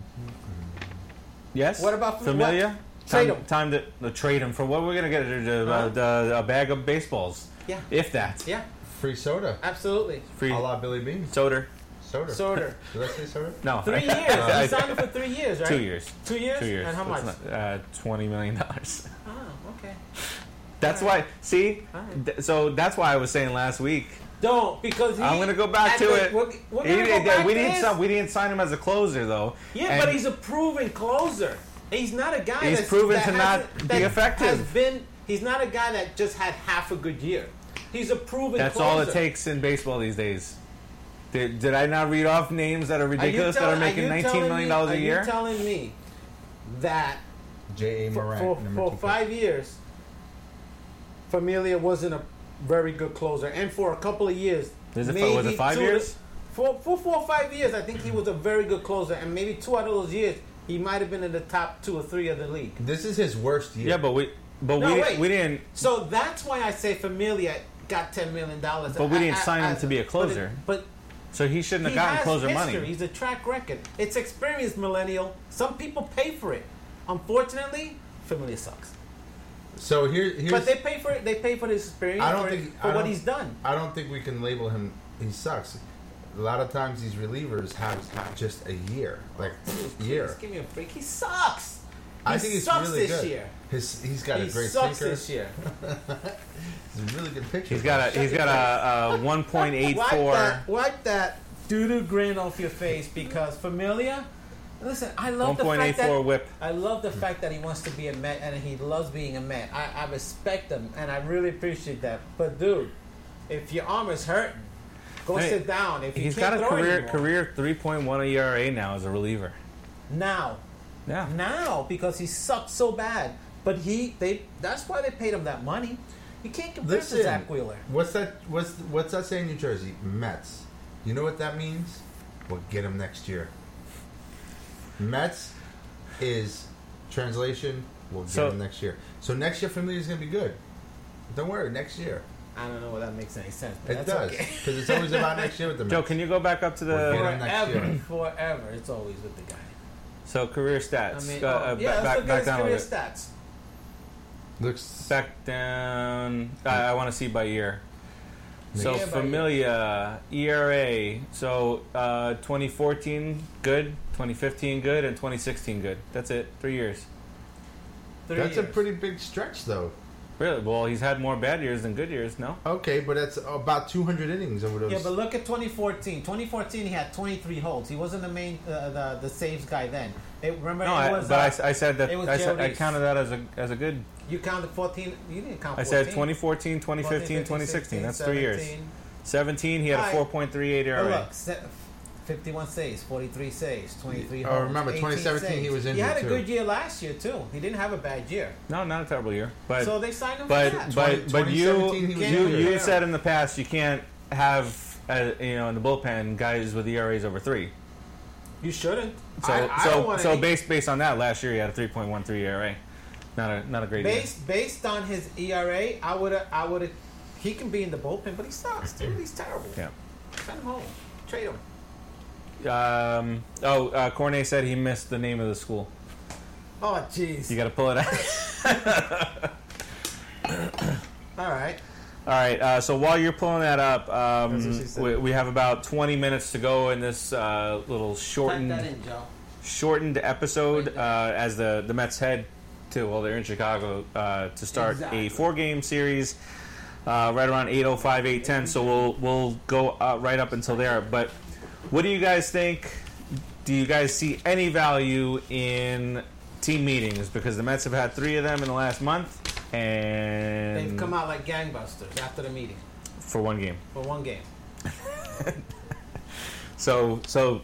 yes. What about- familiar? what? Trade Time- 'em. Time to no, trade him for what we're gonna get a, Huh? a bag of baseballs. Yeah. If that. Yeah, Free soda. [LAUGHS] absolutely. Free A la Billy Bean. soda. Soda. Sorter. Did I say soda? No. Three years. [LAUGHS] I- You signed him for three years, right? two years. Two years? Two years. And how much? That's not- uh, Twenty million dollars. [LAUGHS] Oh, okay. That's why. See. Alright. Th- so that's why I was saying last week. Don't because he, I'm gonna go back at to the- it. We're, we're He gonna go didn't- back we to didn't his- sign, we didn't sign him as a closer though. Yeah, And but he's a proven closer. He's not a guy. He's that's, proven that to hasn't- not that be effective. Has been. He's not a guy that just had half a good year. He's a proven. that's closer. all it takes in baseball these days. Did, did I not read off names that are Are you ridiculous tell- that are making you nineteen telling million me- dollars are a you year? telling me that J.A. for, Moran. for, number for two pick. five years, Familia wasn't a very good closer, and for a couple of years, Is it fi- was it five two- years? For, for four or five years, I think he was a very good closer, and maybe two out of those years, he might have been in the top two or three of the league. This is his worst year. yeah, but we but No, we wait. we didn't. So that's why I say Familia got ten million dollars. But we didn't sign him to be a closer. But, So he shouldn't but have he gotten has closer history. money. He's a track record. It's experience, millennial. Some people pay for it. Unfortunately, Familia sucks. So here, here's. But they pay for it. They pay for his experience. I don't for, think for I what don't- he's done. I don't think we can label him. He sucks. a lot of times these relievers have just a year, like year. Just give me a break. He sucks. I He think he's sucks really this good. year. His, he's got he a great sucks sinker. this year. It's a really good picture. He's got a uh, he's got [LAUGHS] a, a Wipe 1.84. that, wipe that doo-doo grin off your face because familiar. Listen, I love the fact that 1.84 whip. I love the fact that he wants to be a Met and he loves being a Met. I, I respect him and I really appreciate that. But dude, if your arm is hurting, go Hey, sit down. If you He's got can't a throw career anymore, career 3.1 ERA now as E a reliever. now, Yeah. now because he sucks so bad. But he they that's why they paid him that money. You can't compare Listen, to Zach Wheeler. what's that? What's what's that saying in New Jersey? Mets. You know what that means? We'll get him next year. Mets is translation. We'll get So- him next year. So next year, familiar is going to be good. Don't worry, next year I don't know whether that makes any sense. But it that's does Okay. because it's always about next year with the [LAUGHS] Mets. Joe, can you go back up to We're the getting- him next Forever, year. forever, it's always with the guy. so career I stats? mean, Uh, oh, uh, yeah, ba- let's back look at back his down a career bit. stats. Looks Back down. I, I want to see by year. So Year by Familia ERA. So uh, 2014 good, 2015 good, and 2016 good. That's it. Three years. Three that's a years. pretty big stretch, though. Really? Well, he's had more bad years than good years. No. Okay, but that's about 200 innings over those. Yeah, but look at 2014. 2014, he had 23 holds. He wasn't the main, uh, the the saves guy then. It, remember, No, it I, was. but I uh, s- I, said that it was I, said, Joe I Reese. counted that as a as a good. you counted 14. You didn't count. 14. I said 2014, 2015, 2016. 2016, That's three years. 17. 17, he had E a Alright. 4.38 Oh, ERA. look, se- 51 saves, 43 saves, 23 Yeah, I holds. remember 18 2017 he saves. was He injured, had a too. good year last year too. He didn't have a bad year. No, not a terrible year. But so they signed him but for that. but but 2017 you he was you injured. you Yeah. said in the past you can't have uh, you know in the bullpen guys with ERAs over three. you shouldn't. So I, I don't so want so any- based based on that, last year he had a 3.13 ERA. Not E a not a great year. Based based on his ERA, I would I would he can be in the bullpen, but he sucks, dude. He's terrible. Yeah. Send him home. Trade him. Um, oh, uh, Cornet said he missed the name of the school. Oh jeez. You got to pull it out. All right. [LAUGHS] All right. Uh, so while you're pulling that up, That's what um, she said. we, we have about 20 minutes to go in this uh, little shortened Joe. shortened episode Right uh, as the the Mets head to well they're in Chicago uh, to start Exactly. a four game series uh, right around 805 810 so we'll we'll go uh, right up until there but what do you guys think do you guys see any value in team meetings because the Mets have had three of them in the last month and They've come out like gangbusters after the meeting for one game for one game. so so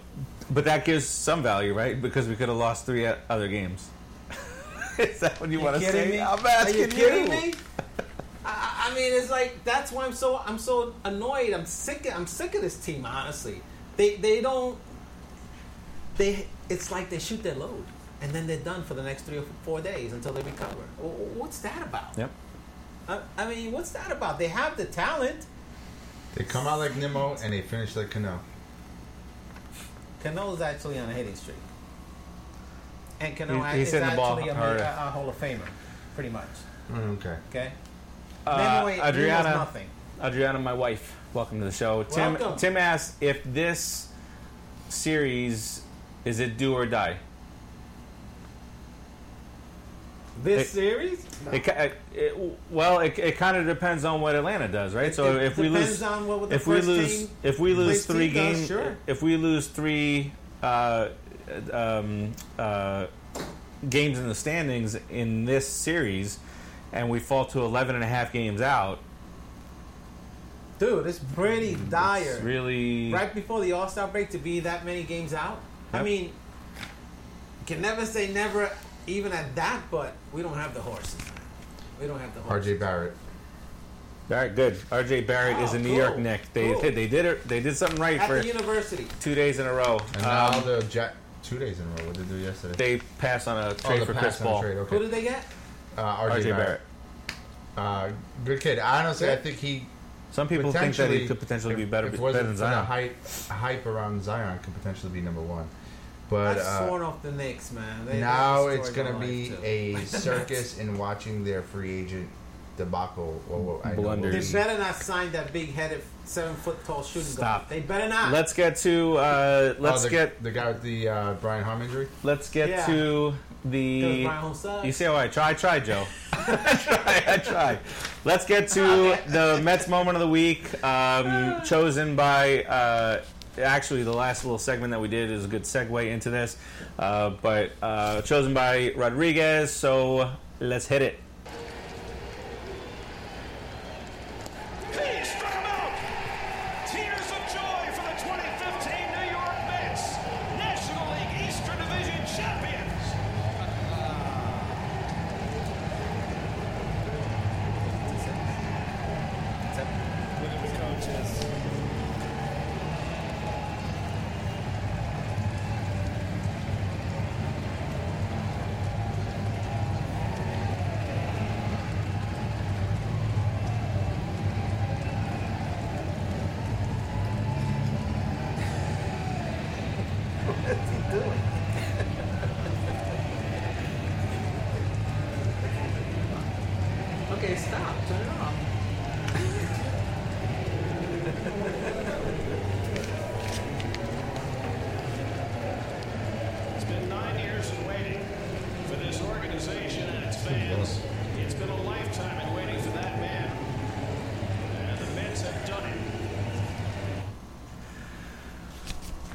but that gives some value right because we could have lost three o- other games [LAUGHS] is that what you, want to say I'm asking Are you kidding me? I, I- I mean, it's like that's why I'm so I'm so annoyed. I'm sick. I'm sick of this team. Honestly, they they don't. They it's like they shoot their load and then they're done for the next three or four days until they recover. Wh- wh- What's that about? Yep. I, I mean, what's that about? They have the talent. They come out like Nimmo and they finish like Cano. Cano's actually on a hitting streak, and Cano He's- he's is hitting the ball actually a, harder. a, a Hall of Famer, pretty much. Mm-hmm. Mm, okay. Okay. Uh, Anyway, he was Adriana, nothing. Adriana, my wife. Welcome to the show. Tim, Welcome. Tim asks if this series is it do or die. This It- series. It, ki- it, it, well, it, it kind of depends on what Atlanta does, right? so it if we depends lose, on what the if we first lose, team- if we lose first team three does, games, sure. if we lose three uh, um, uh, games in the standings in this series, and we fall to 11 and a half games out, Dude, it's pretty dire. it's really right before the All Star break to be that many games out. I Yep. mean, can never say never, even at that. But we don't have the horses. We don't have the horses. RJ Barrett. All right, good. RJ Barrett is Oh, a New cool. York Nick. They Cool. they did it. They did something right At for the university, two days in a row. And now Um, the Jack two days in a row. What did they do yesterday? they pass on a trade Oh, the for pass Chris on Paul. Trade, who okay. did they get? Uh, RJ, RJ Barrett. Barrett. Uh, good kid. Honestly, I think he Some people think that potentially he could potentially be better, If it better wasn't than for the Zion. hype, hype around Zion, could potentially be number one. But I've uh, sworn off the Knicks, man. They, they now destroyed it's gonna my life, be too. a circus in watching their free agent debacle or what I know Oh, Blunder. will They be. better not sign that big-headed, seven-foot-tall shooting Stop. guard. They better not. Let's get to uh, Oh, let's the, get the guy with the uh, Brian Harm injury. let's get Yeah. to Because the. Brian Holmes sucks. You see how I try? I try, Joe. [LAUGHS] I try. I try. Let's get to the Mets moment of the week, um, chosen by. Uh, actually, the last little segment that we did is a good segue into this, uh, but uh, chosen by Rodriguez. So let's hit it. He struck him out. Tears of joy for the 2015 New York Mets, National League Eastern Division champions. Okay, stop. Turn it off. It's been nine years in waiting for this organization and its fans. It's been a lifetime in waiting for that man. And the Mets have done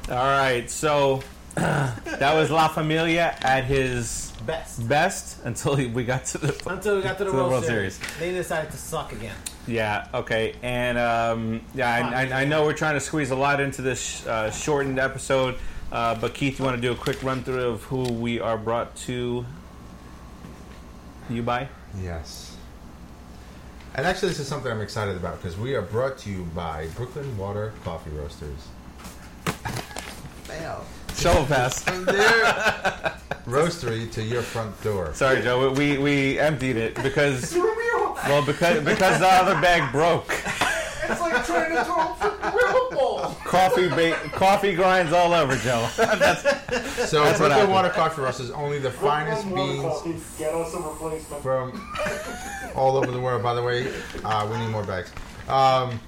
it. All right. So [CLEARS THROAT] that was La Familia at his Best. best until [LAUGHS] he- we got [LAUGHS] to the Until we got to the, To World, Series. They decided to suck again. Yeah. Okay. And um, yeah, I, I, I know we're trying to squeeze a lot into this uh, shortened episode, uh, but Keith, you want to do a quick run through of who we are brought to you by? Yes. And actually, this is something I'm excited about because we are brought to you by Brooklyn Water Coffee Roasters. Fail. Shovel pass. From their roastery to your front door. Sorry, Joe. We we emptied it [LAUGHS] because Threw me off. well because because the other bag broke. [LAUGHS] It's like trying to throw a freaking river ball. Coffee ba- coffee grinds all over, [LAUGHS] Joe. So what Brooklyn happened. Water Coffee Roasters only the finest beans Get Oh, us a replacement. from all over the world. By the way, uh, we need more bags. Um,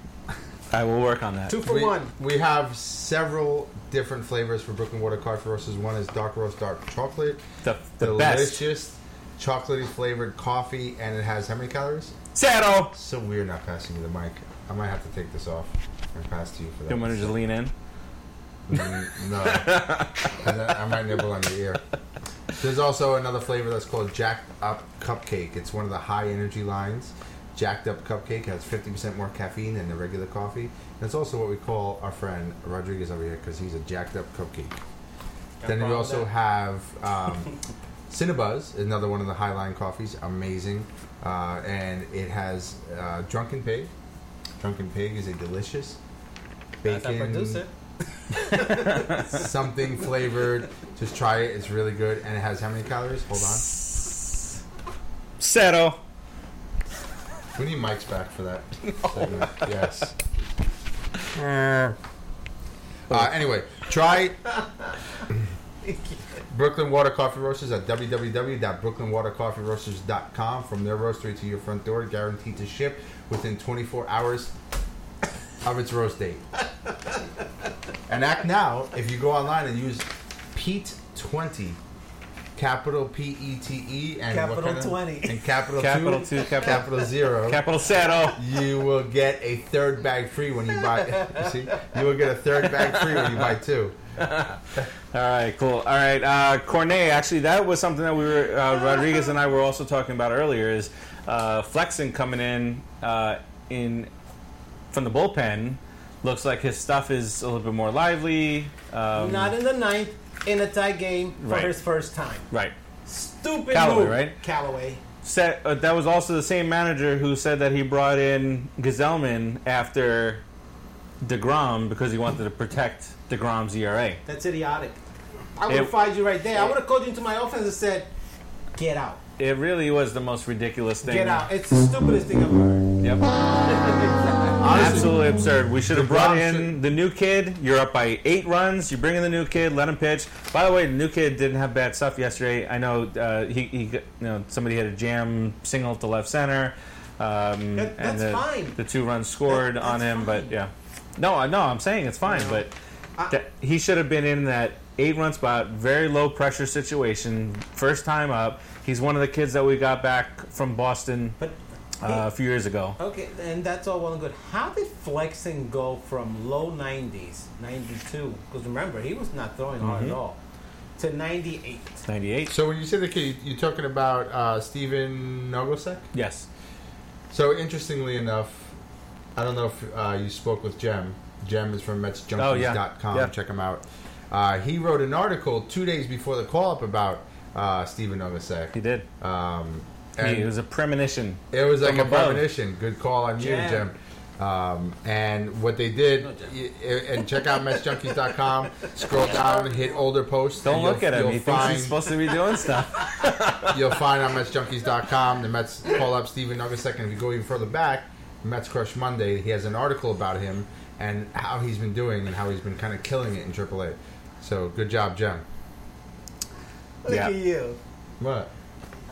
I will work on that. Two for we, one. we have several different flavors for Brooklyn Water Coffee Roasters. One is dark roast, dark chocolate. The, the best. delicious chocolatey flavored coffee, and it has how many calories? Saddle. So weird not passing you the mic. I might have to take this off and pass to you for that. You want me to just lean in? Mm, no, 'Cause I, I might nibble on your ear. There's also another flavor that's called Jacked Up Cupcake. It's one of the high energy lines. Jacked Up Cupcake has 50% more caffeine than the regular coffee. And it's also what we call our friend Rodriguez over here because he's a Jacked Up Cupcake. then we problem also with have um, [LAUGHS] Cinnabuzz, another one of the high line coffees. Amazing. Uh, and it has uh, Drunken Pig. Drunken Pig is a delicious That's our bacon producer. something flavored. Just try it. It's really good. And it has how many calories? Hold on. Saddle. We need Mike's back for that. segment. Yes. Uh, anyway, try Brooklyn Water Coffee Roasters at www.brooklynwatercoffeeroasters.com. From their roastery to your front door, guaranteed to ship within 24 hours of its roast date. and act now if you go online and use Pete 20 capital P E T E and what Capital kind of- 20. and capital, Capital two, two. Capital. capital zero Capital saddle. you will get a third bag free when you buy. You [LAUGHS] see, you will get a third bag free when you buy two. All right, cool. All right, uh, Cornet. Actually, that was something that we were uh, Rodriguez and I were also talking about earlier. Is uh, Flexen coming in uh, in from the bullpen? Looks like his stuff is a little bit more lively. Um, Not in the ninth, in a tie game for Right. his first time. right. Stupid Callaway, move, right? Callaway. Set, uh, that was also the same manager who said that he brought in Gazelman after Degrom because he wanted to protect Degrom's E ERA. That's idiotic. I would have It- fired you right there. I would have called you into my office and said, "Get out, It really was the most ridiculous thing. get out." It's the stupidest thing I've heard. Yep. Absolutely absurd. We should have DeGrom brought in should- the new kid. You're up by eight runs. You bring in the new kid. Let him pitch. By the way, the new kid didn't have bad stuff yesterday. I know uh, he, he, got- you know, somebody had a jam single to left center. Um, That- and that's the, fine. The two runs scored That- on that's him, but fine. yeah. No, I no, I'm saying it's fine, know, but I- that, he should have been in that eight run spot, very low pressure situation, first time up. He's one of the kids that we got back from Boston But uh, a few years ago. okay, and that's all well and good. How did Flexing go from low 90s, 92? Because remember, he was not throwing hard Mm-hmm. at all, to 98. 98? So when you say the kid, you- you're talking about uh, Steven Nogosek? Yes. So interestingly enough, I don't know if uh, you spoke with Jem. Jem is from MetsJunkies.com. Oh, yeah. Yeah. Check him out. Uh, he wrote an article two days before the call up about uh, Steven Novacek. He did. Um, and He, it was a premonition. it was like From a above. premonition. Good call on you, Jam. Jim. Um, and what they did, Jam. y- and check out MetsJunkies.com. Scroll down, hit older posts. Don't and look you'll- at him. you'll He thinks find- he's supposed to be doing [LAUGHS] stuff. You'll find on MetsJunkies.com the Mets call up Steven Nuggisak, and if you go even further back, Mets Crush Monday, he has an article about him and how he's been doing and how he's been kind of killing it in AAA. So good job, Jem. Look Yeah. at you. What?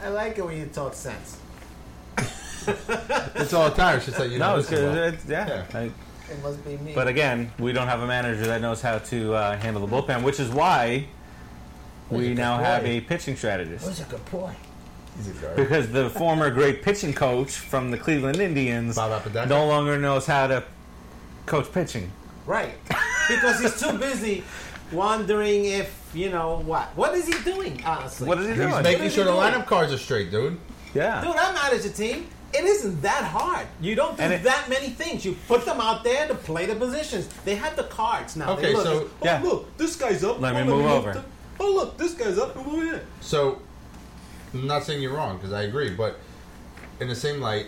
I like it when you talk sense. It's all the time. It's just like you know. No, it's listen good. well. It's- yeah. Yeah. I- It must be me. But again, we don't have a manager that knows how to uh, handle the bullpen, which is why we now have a pitching strategist. a good boy. He's a guard. Because the former great pitching coach from the Cleveland Indians Bob Apodaca. no longer knows how to coach pitching. Right. Because he's too busy wondering if, you know, what. What is he doing, honestly? What is he He's doing? making sure the What is he lineup cards are straight, dude. yeah. Dude, I manage a team. It isn't that hard. You don't do And it- that many things. You put them out there to play the positions. They have the cards now. They Okay, look, so- it's, oh yeah. look, this guy's up. Let oh, me move up over. the- oh look, this guy's up. Oh, yeah. So, I'm not saying you're wrong because I agree, but in the same light,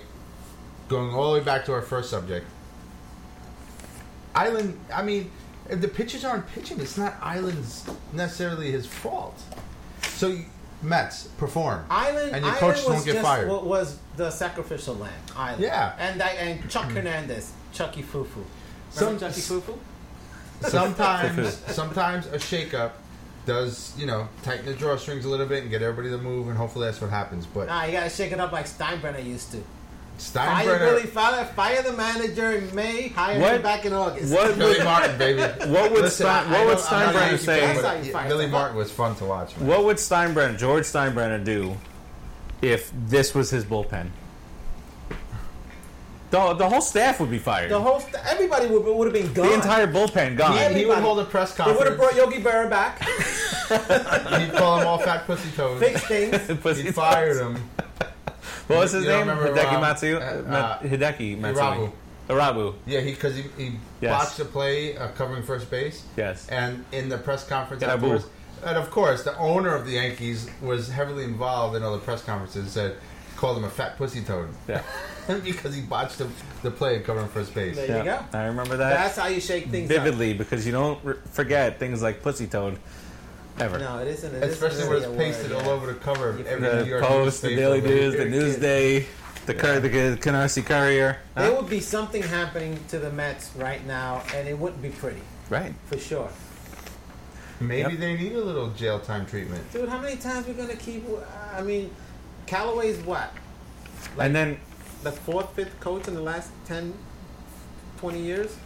going all the way back to our first subject, Island. I mean, if the pitchers aren't pitching, it's not Island's necessarily his fault. So, you- Mets perform. Island, and your Island coaches was don't get just fired. [LAUGHS] What was the sacrificial lamb? Island. Yeah. And I, and Chuck Hernandez, Chucky Fufu. Some- Remember Chucky Fufu? sometimes, [LAUGHS] sometimes a shakeup does you know tighten the drawstrings a little bit and get everybody to move, and hopefully that's what happens. But Nah, you gotta shake it up like Steinbrenner used to. Fire Steinbrenner, Billy Fowler, fire the manager in May, hire him What- back in August. What would, Billy Martin, baby. what would, Listen, Stein, I what would know I'm not a Steinbrenner Yankee say? fan, That's but how you yeah, fight. Billy Martin was fun to watch. man. What would Steinbrenner, George Steinbrenner, do if this was his bullpen? The, the whole staff would be fired. The The, whole st- everybody would would have been gone. entire bullpen gone. [LAUGHS] He- he would Everybody. hold a press They would conference. have brought Yogi Berra back, He'd call them all fat pussy toes. fix [LAUGHS] things. Pussy- He fired him. What was his You don't name? remember Hideki Rob- Matsu. uh, Ma- uh, Hideki Matsui. Irabu. Irabu. Yeah, he because he, he Yes. botched the play uh, covering first base. Yes. And in the press conference Irabu. afterwards, and of course the owner of the Yankees was heavily involved in all the press conferences. and Said called him a fat pussy toad Yeah. [LAUGHS] because he botched the, the play and covering first base. There you yeah. go. I remember that That's how you shake things up. vividly because you don't r forget things like pussy toad ever. No, it isn't. It Especially isn't when it's really a pasted word, all over the cover of every New The York Post, the newspaper. Daily News, the Here it is. Newsday, the Cur- the Canarsie Courier. yeah. There would be something happening to the Mets right now, and it wouldn't be pretty Right. for sure. Maybe Yep. they need a little jail time treatment. Dude, how many times we're gonna keep? I mean, Callaway's what And then the fourth, fifth coach in the last 10, 20 years.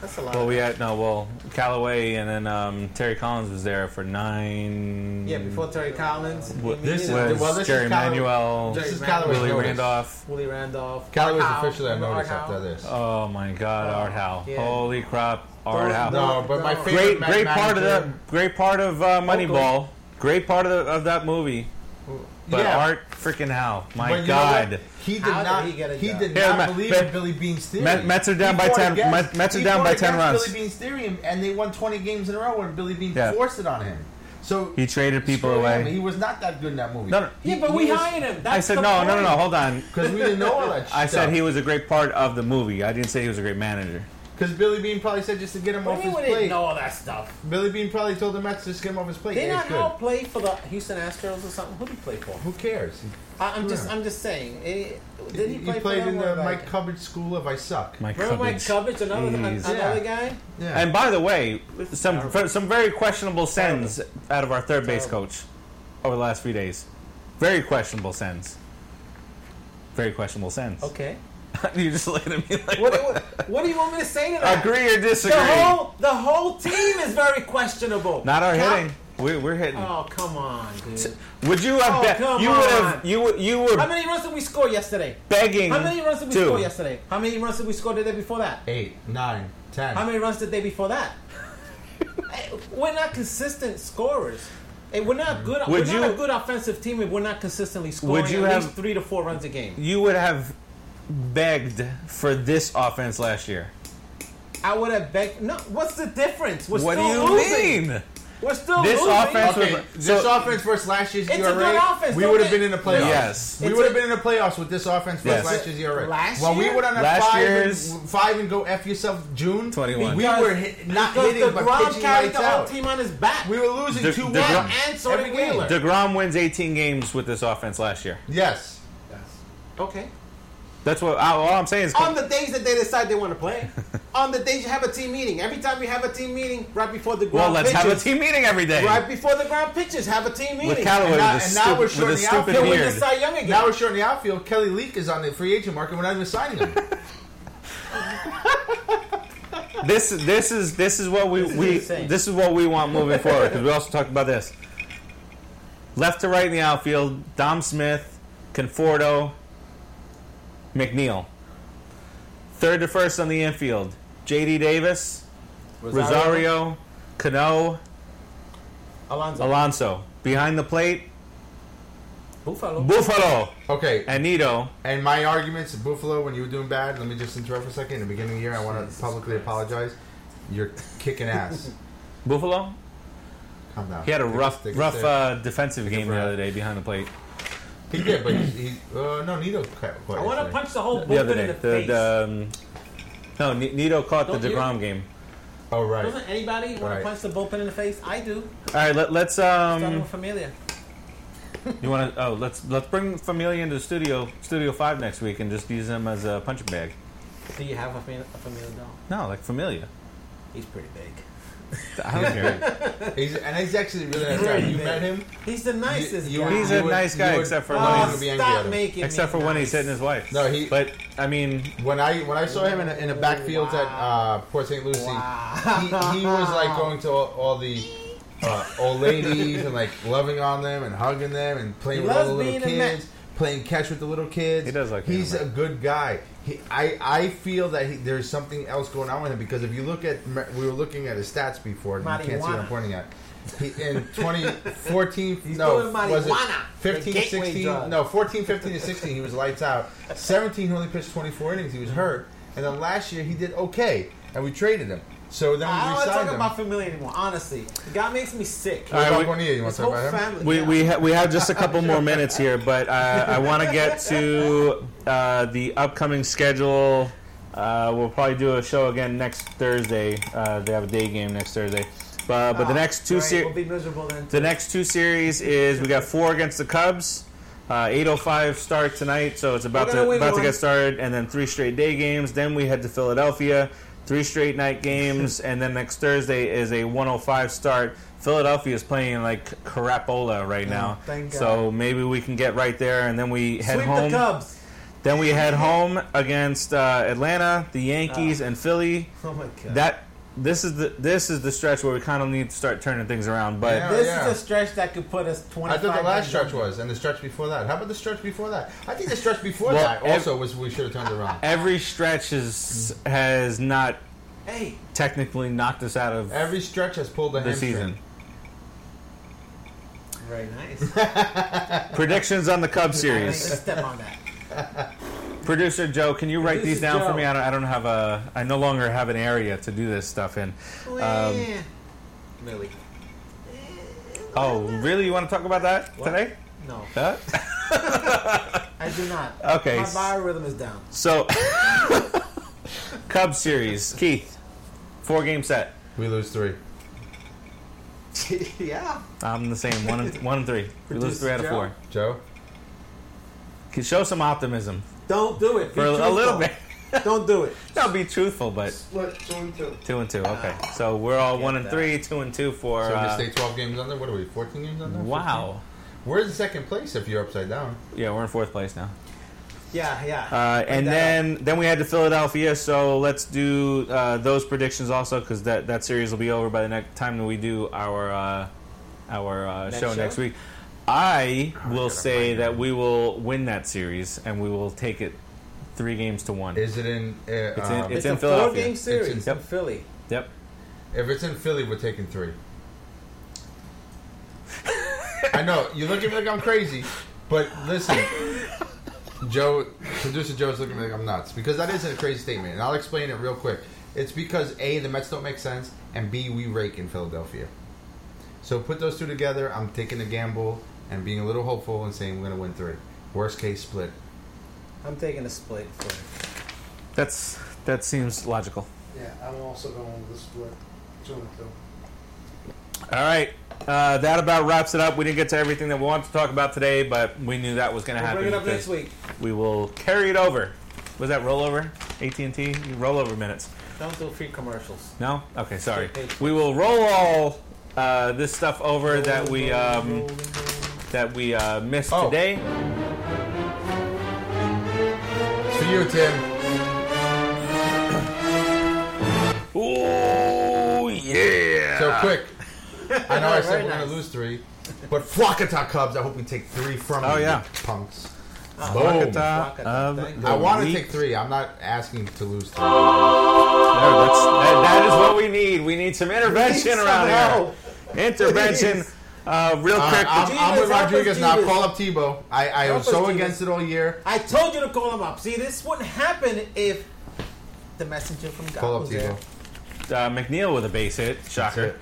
That's a lot. well, we had no well Callaway and then um, Terry Collins was there for nine. yeah, before Terry Collins. Wa- I mean, This you is know, was well, this is Jerry Callaway- Manuel, This is Jerry Callaway's Willie notice. Randolph. Willie Randolph. Callaway's Art Howe. officially on Remember notice Art Howe? after this. Oh my God, Art Howe! yeah. Holy crap, Art Those- Howe! Oh, no, but my No. favorite great, Met great part of manager- that. Great part of uh, Moneyball. Great part of, the, of that movie. But Yeah. Art freaking how? But My you know God. what? he did How did not. he get a He job? did Yeah, not Ma- believe Ma- in Billy Bean's theory. Met- Mets are down He by fought 10 against- Met- Mets are he down fought by 10 against runs. Billy Bean's theory, and- and they won 20 games in a row when Billy Bean Yeah. forced it on him. So He traded people screw him. away. He was not that good in that movie. No, no. Yeah, but we hired him. That's I said the no, no, no, point. no. Hold on. because we didn't know all that. [LAUGHS] I said he was was a great part of the movie. I didn't say he was a great manager. because Billy Bean probably said just to get him What off do you his mean we didn't plate. know all that stuff? Billy Bean probably told the Mets just get him off his plate. Didn't Yeah, I it's good. Howe play for the Houston Astros or something? Who did he play for? Who cares? I, I'm just, Yeah. I'm just saying. Eh, did he, play for played them in or the did I- Mike Cubbage School of I Suck. My Remember Mike Cubbage, another Jeez. another guy. Yeah. And by the way, some some very questionable sends out of our third base coach over the last few days. Very questionable sends. very questionable sentence. Okay. [LAUGHS] you just looking at me like, What, do you- what, what do you want me to say to that? agree or disagree? The whole the whole team is very questionable. Not our Cal- hitting. We're, we're hitting. Oh come on, dude! Would you have? Oh, bet- come you would have. on. You were- you were How many runs did we score yesterday? begging. How many runs did we to. score yesterday? How many runs did we score the day before that? Eight, nine, ten. How many runs the day before that? Eh, we're not consistent scorers. Eh, We're not good. Would we're not you- a good offensive team if we're not consistently scoring you at have- least three to four runs a game. You would have begged for this offense last year. I would have begged. No, what's the difference? We're what do still you losing. mean? We're still This losing. offense Okay, So- this offense versus last year's It's a ERA, good offense, we don't would have get- been in the playoffs. Yes. we It's would a- have been in the playoffs with this offense versus Yes. last year's E ERA. Last While year? we were on a Last five, year's- and, five and go f yourself June, 21. we Because- were hit, not Because hitting the but Grom pitching carried lights the whole out. team on his back. We were losing The- two the one Grom- And so did Wheeler. Degrom wins 18 games with this offense last year. Yes, Yes. Okay. That's what I, all I'm saying is. On the days that they decide they want [LAUGHS] to play, on the days you have a team meeting. Every time you have a team meeting, right before the well, ground let's pitches, have a team meeting every day Right before the ground pitches, have a team meeting. with Callaway And with, now- and his now stup- we're with shorting his the stupid outfield Then we with beard. decide Young again. now we're short in the outfield. Kelly Leak is on the free agent market. We're not even signing him. [LAUGHS] this this is this is what we is we insane. this is what we want moving forward because we also talked about this. Left to right in the outfield, Dom Smith, Conforto, McNeil. Third to first on the infield, J.D. Davis, Rosario, Cano, Alonso, Alonso. Behind the plate, Buffalo. Buffalo, Okay, and, Anito. my arguments, Buffalo, when you were doing bad, let me just interrupt for a second. In the beginning of the year, I want to publicly apologize. You're [LAUGHS] kicking ass. Buffalo. Calm down. He had a Take rough stick, rough stick. uh, defensive game the breath. other day behind the plate. He did, but he, he uh, no Nito. Quite, quite I want to yesterday. punch the whole The bullpen other day, in the, the, face. the, um, no, Ni- Nito caught Don't the you- Degrom game. Oh right. Doesn't anybody want to Right. punch the bullpen in the face? I do. All right, let, let's Starting um. with Familia. You want to? Oh, let's let's bring Familia into Studio Studio Five next week and just use him as a punching bag. Do you have a, fam- a Familia doll? No, like Familia. He's pretty big. I [LAUGHS] don't care. He's, and he's actually really nice guy. You met him. He's the nicest you- guy. He's a would- nice guy, you would- except for Oh, when oh, gonna he's, be angry at stop him. making except for me when he's nice. hitting his wife. No, he- But I mean, When I when I saw him in a, in a backfield at uh, Port St. Lucie, he, he was [LAUGHS] like going to all, all the uh, old ladies and like loving on them and hugging them and playing He with all loves the little being a man. kids, playing catch with the little kids. He does like being a He's man. a good guy. He, I I feel that he, there's something else going on with him because if you look at we were looking at his stats before, and you can't see what I'm Marijuana. pointing at. He, in 2014, He's no, doing was it marijuana, the 15, gateway 16, drug. no, 14, 15, and 16, he was lights out. 17, he only pitched 24 innings. He was hurt. And then last year, he did okay. And we traded him. So then we I don't want to signed talk him. about Familia anymore, honestly. The guy makes me sick. What All about right, we- Bonilla? You want His to talk whole about him? family. we yeah. we ha- we have just a couple more minutes here, but uh, I want to get to uh, the upcoming schedule. Uh, we'll probably do a show again next Thursday. Uh, they have a day game next Thursday, but but the Ah, next two right, series. We'll be miserable then. The next two series is we got four against the Cubs. Uh, 8:05 start tonight, so it's about We're to gonna win about to one. get started, and then three straight day games. Then we head to Philadelphia, three straight night [LAUGHS] games, and then next Thursday is a 1:05 start. Philadelphia is playing like crapola right now, Oh, thank so maybe we can get right there, and then we head Sweep home. the Cubs. Then we head home against uh, Atlanta, the Yankees, and Philly. Oh my god. That this is the this is the stretch where we kind of need to start turning things around, but. Yeah. this is a stretch that could put us 25. I thought the last games stretch under. was, and the stretch before that. How about the stretch before that? I think the stretch before Well, that ev- also was we should have turned it around. every stretch is, has not Hey, technically knocked us out of Every stretch has pulled the the hamstring. season. very [LAUGHS] nice. Predictions on the Cub Let's series. step on that. Producer Joe, can you write these Producer down for Joe. me? I don't, I don't have a. I no longer have an area to do this stuff in. Um, Millie. oh, really? You want to talk about that What? today? No, Huh? I do not. Okay. My biorhythm [LAUGHS] is down. So, Cub series, Keith, four game set. We lose three. yeah. I'm the same. One and one and three. We lose Producer three out of Joe. four. Joe? Can show some optimism Don't do it. Be for a, a little bit. [LAUGHS] truthful. [LAUGHS] Don't do it. No, be truthful, but Split two and two. Two and two. Okay, so we're all one and that. three, two and two for. So we uh, just stay 12 games under? What are we, 14 games under? wow. We're in second place if you're upside down. Yeah, we're in fourth place now. Yeah, yeah. Uh, Like and that. then then we had to Philadelphia, so let's do uh, those predictions also because that, that series will be over by the next time that we do our uh, our uh, Next show, show? next week. I will gotta say find that it. we will win that series and we will take it three games to one. Is it in? Uh, It's in- um, it's a in Philadelphia. four-game It's series in- in, Yep. Philly. yep. if it's in Philly, we're taking three. I know you're looking like I'm crazy, but listen, Joe, producer Joe's looking at me like I'm nuts because that is a crazy statement, and I'll explain it real quick. It's because a the Mets don't make sense, and b we rake in Philadelphia. So put those two together. I'm taking a gamble and being a little hopeful and saying we're going to win three. Worst case split. I'm taking a split for it. That's that seems logical. Yeah, I'm also going with the split. Two and two. All right. Uh, that about wraps it up. We didn't get to everything that we wanted to talk about today, but we knew that was going to We'll happen. bring it up because next week. We will carry it over. Was that rollover? AT and T rollover minutes. Don't do free commercials. No? Okay, sorry. Okay. We will roll all uh, this stuff over that we um, that we uh, missed Oh. today. It's for you, Tim. Oh yeah! So quick. I [LAUGHS] know I said Very we're nice. gonna lose three, but Flockata Cubs. I hope we take three from Oh, you, yeah. Uh, punks. Wakata Boom. of Thank you. the I want to week. take three. I'm not asking to lose Oh, three. There, that's, that, that is what we need. We need some intervention some around help. here. Intervention. Please. Uh, real Uh, quick. I'm, Tibas, I'm with help us, Rodriguez now. Tibas. Call up Tebow. I, I Help was us, so Tibas. against it all year. I told you to call him up. See, this wouldn't happen if the messenger from God Call up was there. Tebow. uh, McNeil with a base hit. Shocker. it.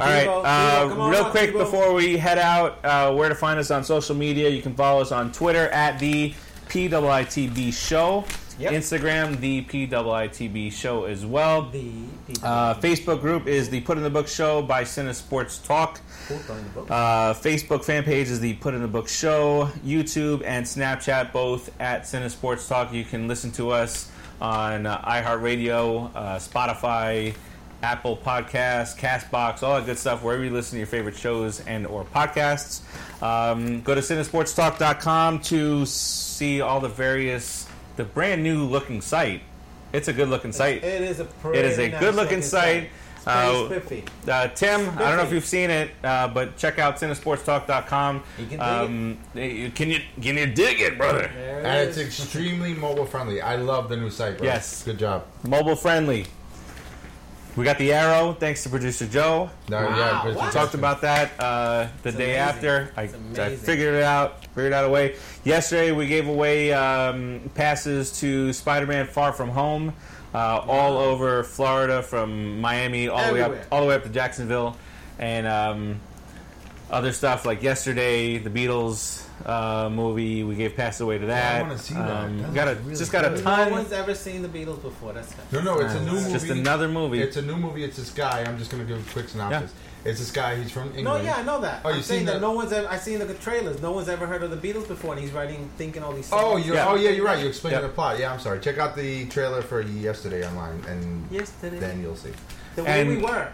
All right. Tebow, Tebow, Uh, come on real up, quick Tebow. before we head out, uh, where to find us on social media? You can follow us on Twitter at the PITB Show, Yep. Instagram the PITB Show as well. The, the uh, Facebook group is the Put in the Book Show by Cine Sports Talk. quote on the book. Uh, Facebook fan page is the Put in the Book Show. YouTube and Snapchat both at Cine Sports Talk. You can listen to us on uh, iHeartRadio, uh, Spotify, Apple Podcasts, Castbox, all that good stuff. Wherever you listen to your favorite shows and or podcasts, um, go to cinesportstalk.com to see all the various the brand new looking site. It's a good looking site. it is a pretty It is a nice good looking site. It's Uh, pretty spiffy. uh, Tim, I don't know if Spiffy. you've seen it, uh, but check out cinesportstalk.com. You can dig um, eh, Can you can you dig it, brother? There it And is. it's extremely mobile friendly. I love the new site. Bro. Yes. Good job. Mobile friendly. We got the arrow, thanks to producer Joe. No, Wow, yeah, good what? suggestion. Talked about that uh, the It's day amazing. after. I, It's I amazing. figured it out. Figured out a way. Yesterday we gave away um, passes to Spider-Man: Far From Home, uh, all over Florida, from Miami all the way Everywhere. up all the way up to Jacksonville, and um, other stuff like yesterday the Beatles uh, movie. We gave passes away to that. wanna see that. Um, That got a looks really just got a good. no ton. one's ever seen the Beatles before. That's No, no, it's a new It's movie. just another movie. It's a new movie. It's this guy. I'm just gonna give a quick synopsis. It's this guy. He's from England. No, yeah, I know that. Oh, I'm you've saying seen that? that? no one's ever. I've seen the trailers. No one's ever heard of the Beatles before, and he's writing, thinking all these. Songs. Oh, you're, Yeah. oh yeah, you're right. You explained Yeah. the plot. Yeah, I'm sorry. Check out the trailer for yesterday online, and Yesterday. then you'll see. the way we and- were.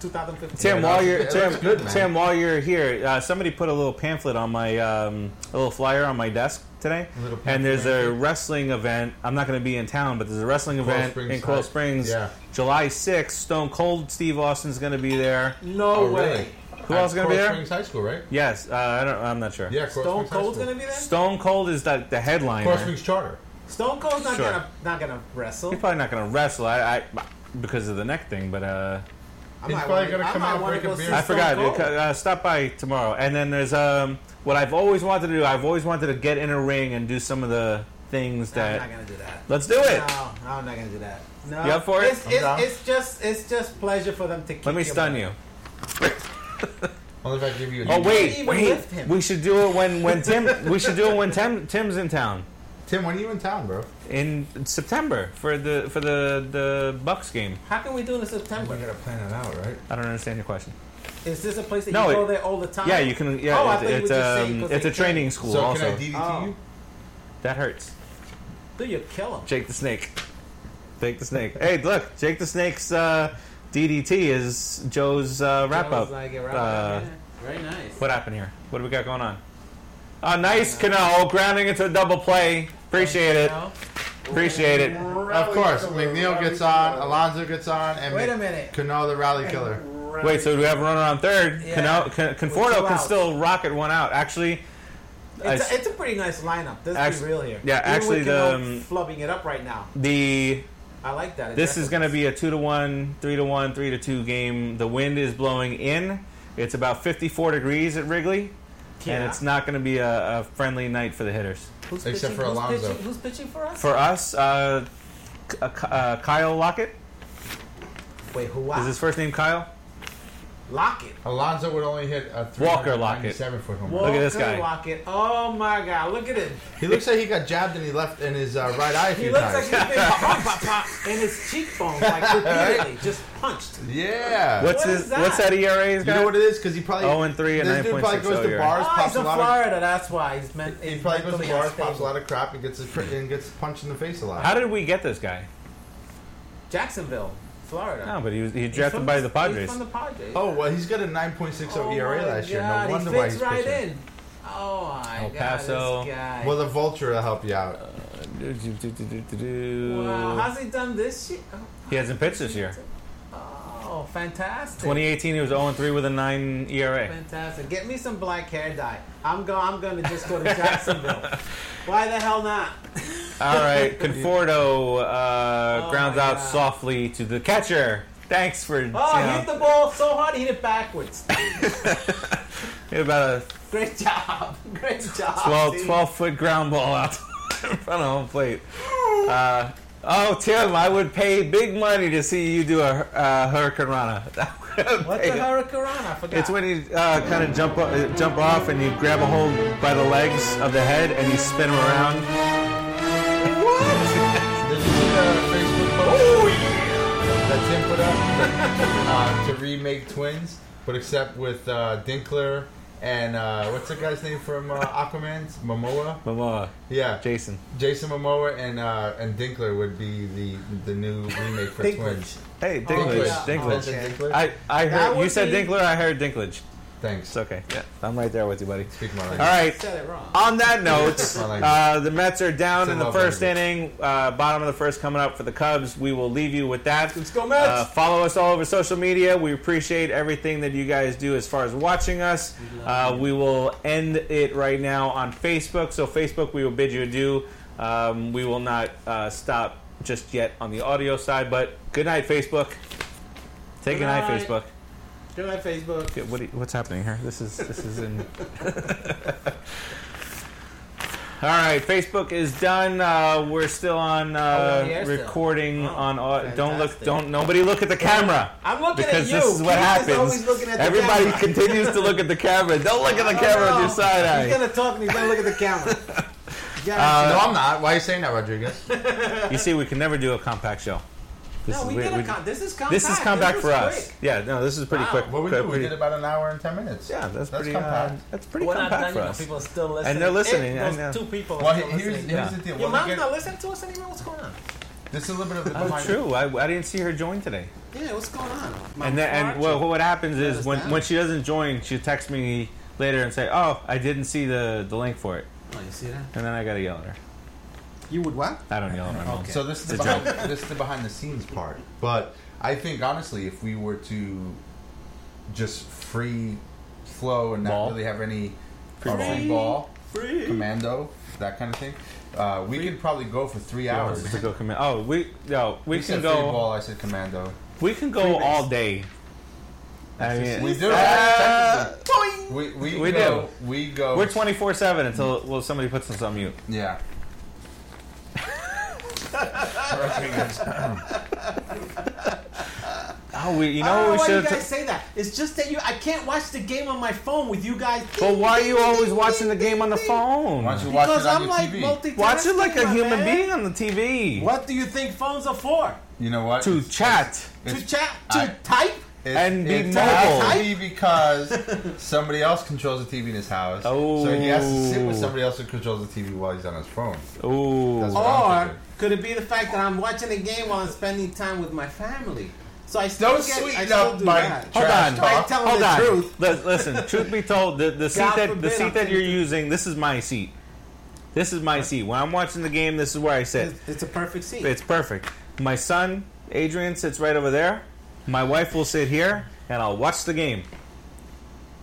2015. Tim, Yeah, while that's- you're that's Tim, good, man. Tim, while you're here, uh, somebody put a little pamphlet on my um, a little flyer on my desk today, A little pamphlet. and there's a wrestling event. I'm not going to be in town, but there's a wrestling event Springs in Coral side. Springs, Yeah. July 6th. Stone Cold Steve Austin's going to be there. No Oh, way. really? Who else is gonna be Coral there? Springs High School, right? Yes, uh, I don't, I'm not sure. Yeah, Coral Stone Springs High Cold's School. gonna be there. Stone Cold is the the Coral headliner. Springs Charter. Stone Cold's not Sure. gonna not gonna wrestle. He's probably not going to wrestle. I, I because of the neck thing, but. Uh, I He's might probably wanna- gonna I come might out and wanna break a go beer. see I Stone forgot. Cold. Uh, stop by tomorrow. And then there's um, what I've always wanted to do. I've always wanted to get in a ring and do some of the things I'm that. not gonna do that. Let's do it. No, I'm not gonna do that. No, You up for it? It's, I'm down. it's, it's just it's just pleasure for them to. Kick Let me your stun butt. you. Only if I give you. A Oh DVD. wait, even wait. lift him. We should do it when when [LAUGHS] Tim. we should do it when Tim Tim's in town Tim, when are you in town, bro? in September for the for the the Bucks game. How can we do this in September? plan it out, right? I don't understand your question. Is this a place that No, you it- go there all the time? Yeah, you can. Yeah, Oh, I it- thought you it's would just say um, 'cause it's they a training school So also. can I DDT Oh. you? that hurts. Do you kill him? Jake the Snake. Jake the Snake. hey, look, Jake the Snake's uh, DDT is Joe's uh, wrap up. Like a wrap Uh, up. Very nice. What happened here? What do we got going on? A nice Cano grounding into a double play. Appreciate it. No. Appreciate it. Rally Of course, killer, McNeil rally gets on, killer. Alonso gets on, and Wait a Mc- minute. Cano the rally killer. Right. Wait, so we have a runner on third. Yeah. Cano, Con- With two Conforto can outs. still rocket one out. Actually, It's, I- a, it's a pretty nice lineup. Let's Actu- be real here. yeah, Even actually with the, Cano um, flubbing it up right now. the I like that. This is going to be a two to one, three to one, three to two game. The wind is blowing in. It's about 54 degrees at Wrigley, and Yeah. it's not going to be a, a friendly night for the hitters. Who's Except for who's Alonso. pitching- Who's pitching for us? For us, uh, K- uh, K- uh, Kyle Lockett Wait, who? Ah, is his first name. Kyle. Lock it. Alonso would only hit a Walker Lockett. seven foot home run. Look at this guy. Lock it. Oh my God! Look at him. He looks like he got jabbed and he left in his uh, right eye a few He looks like times. [LAUGHS] he's been pop, pop, pop, and his cheekbones like repeatedly just punched. yeah. What's What his? is that? What's that E ERA? He's You got? know what it is? Because he probably 0 Oh, and 3 and This dude probably 9.60 goes to ERA. bars, Oh, pops he's a in lot of. Florida. That's why he's meant. He he's probably goes to mentally bars, unstable. pops a lot of crap, and gets his, pr- and gets punched in the face a lot. How did we get this guy? Jacksonville, Florida. No, but he was he was He's drafted from- by the Padres. He's from the Padres. oh well, he's got a 9.60 Oh ERA my E last year. God, No wonder he why fits he's right pitching. in. Oh my El God, Paso. this guy. Well, the vulture will help you out. wow, how's he done this shit? Oh, He hasn't pitched this year. oh, fantastic. 2018, he was 0 and 3 with a 9 ERA. Fantastic. Get me some black hair dye. I'm go. I'm gonna just go to [LAUGHS] Jacksonville. Why the hell not? [LAUGHS] All [LAUGHS] right, Conforto uh, Oh grounds my out God. softly to the catcher. Thanks for you Oh, he know, hit the ball so hard, he hit it backwards. hit about Great job. [LAUGHS] Great job. a 12, dude. 12 foot ground ball out [LAUGHS] in front of home plate. Uh, oh, Tim, I would pay big money to see you do a uh, [LAUGHS] hurricanrana. What's a hurricane? I forgot. It's when you uh, kind of jump o- uh, jump off and you grab a hold by the legs of the head and you spin them around. [LAUGHS] Did you see the Facebook post that Tim put up [LAUGHS] uh, to remake Twins, but except with uh, Dinkler and uh, what's the guy's name from uh, Aquaman? Momoa. Momoa, Yeah, Jason. Jason Momoa and uh, and Dinkler would be the the new remake for Dinklage. Twins. Hey, Dinklage. Oh, yeah. Dinklage. Vincent Dinklage. I, I That heard you would said be- Dinkler. I heard Dinklage. Thanks. It's okay. Yeah, I'm right there with you, buddy. Speak my language. All right. said it wrong. On that note, That's my language. uh, the Mets are down It's a in the love first language. inning. Uh, bottom of the first coming up for the Cubs. We will leave you with that. Let's go, Mets! Uh, follow us all over social media. We appreciate everything that you guys do as far as watching us. Uh, we will end it right now on Facebook. So Facebook, we will bid you adieu. Um, we will not uh, stop just yet on the audio side, but good night, Facebook. Say good night, night. Facebook. Go on Facebook. Okay, what do you- what's happening here? This is this is in. [LAUGHS] All right, Facebook is done. Uh, we're still on Oh, uh, we're on the air still. recording. Oh, on au- don't look, fantastic. don't nobody look at the camera. I'm looking because at you. this is what Keith happens. always looking at the Everybody camera. continues to look at the [LAUGHS] camera. Don't look at the Oh, camera no. with your side eye. He's gonna talk and he's gonna look at [LAUGHS] the camera. Uh, Guaranteed. no, I'm not. Why are you saying that, Rodriguez? You see, we can never do a compact show. This no, we we- did we- a con- This is compact. this is compact This for was us. quick. Yeah, no, this is pretty Wow. quick. What we quick- do? We pretty- did about an hour and ten minutes. yeah, that's, pretty. compact. Uh, that's pretty We're not compact done for yet. us. People are still listening. they're listening, It, I those know. two people are well, still here's, listening. here's Yeah. the deal. Your When we mom's get- not listening to us anymore. What's going on? This is a little bit of the Oh, behind- true. I, I didn't see her join today. Yeah, what's going on? My and then, heart- and well, what happens is when, down. when she doesn't join, she texts me later and say, "Oh, I didn't see the, the link for it," Oh, you see that? and then I gotta yell at her. You would what? I don't yell at my mom. So this is the It's a behind, this is the behind the scenes part. But I think honestly, if we were to just free flow and not Ball. really have any free ball. ball, commando, that kind of thing, uh, we could probably go for three hours. To go command. Oh, we no, we You can said free go. ball. I said commando. We can go all day. I mean, We do. uh, We we, We go, We go. we're twenty four seven until well somebody puts us on mute. Yeah. Oh, we you I don't know know what why we you should. guys have. say that. It's just that you. I can't watch the game on my phone with you guys. But why are you always Ding, watching the ding, game on the ding, phone? Why don't you watch Because it on I'm your like TV? multitasking. Watch it like a my human man. being on the TV. What do you think phones are for? you know what? To It's- chat. To It's- chat? To I- type? It's- And be it's mobile. has to be because somebody else controls the TV in his house. Oh. So he has to sit with somebody else who controls the TV while he's on his phone. Ooh. That's what I'm Or thinking. could it be the fact that I'm watching a game while I'm spending time with my family? So I still Don't get, I sweeten still up do my that. Hold trash on. talk. By telling Hold the on. truth. Li- listen, truth be told, the, the seat God that the forbid seat I'm that you're tempted. using, this is my seat. This is my seat. When I'm watching the game, this is where I sit. It's, it's a perfect seat. It's perfect. My son, Adrian, sits right over there. My wife will sit here, and I'll watch the game.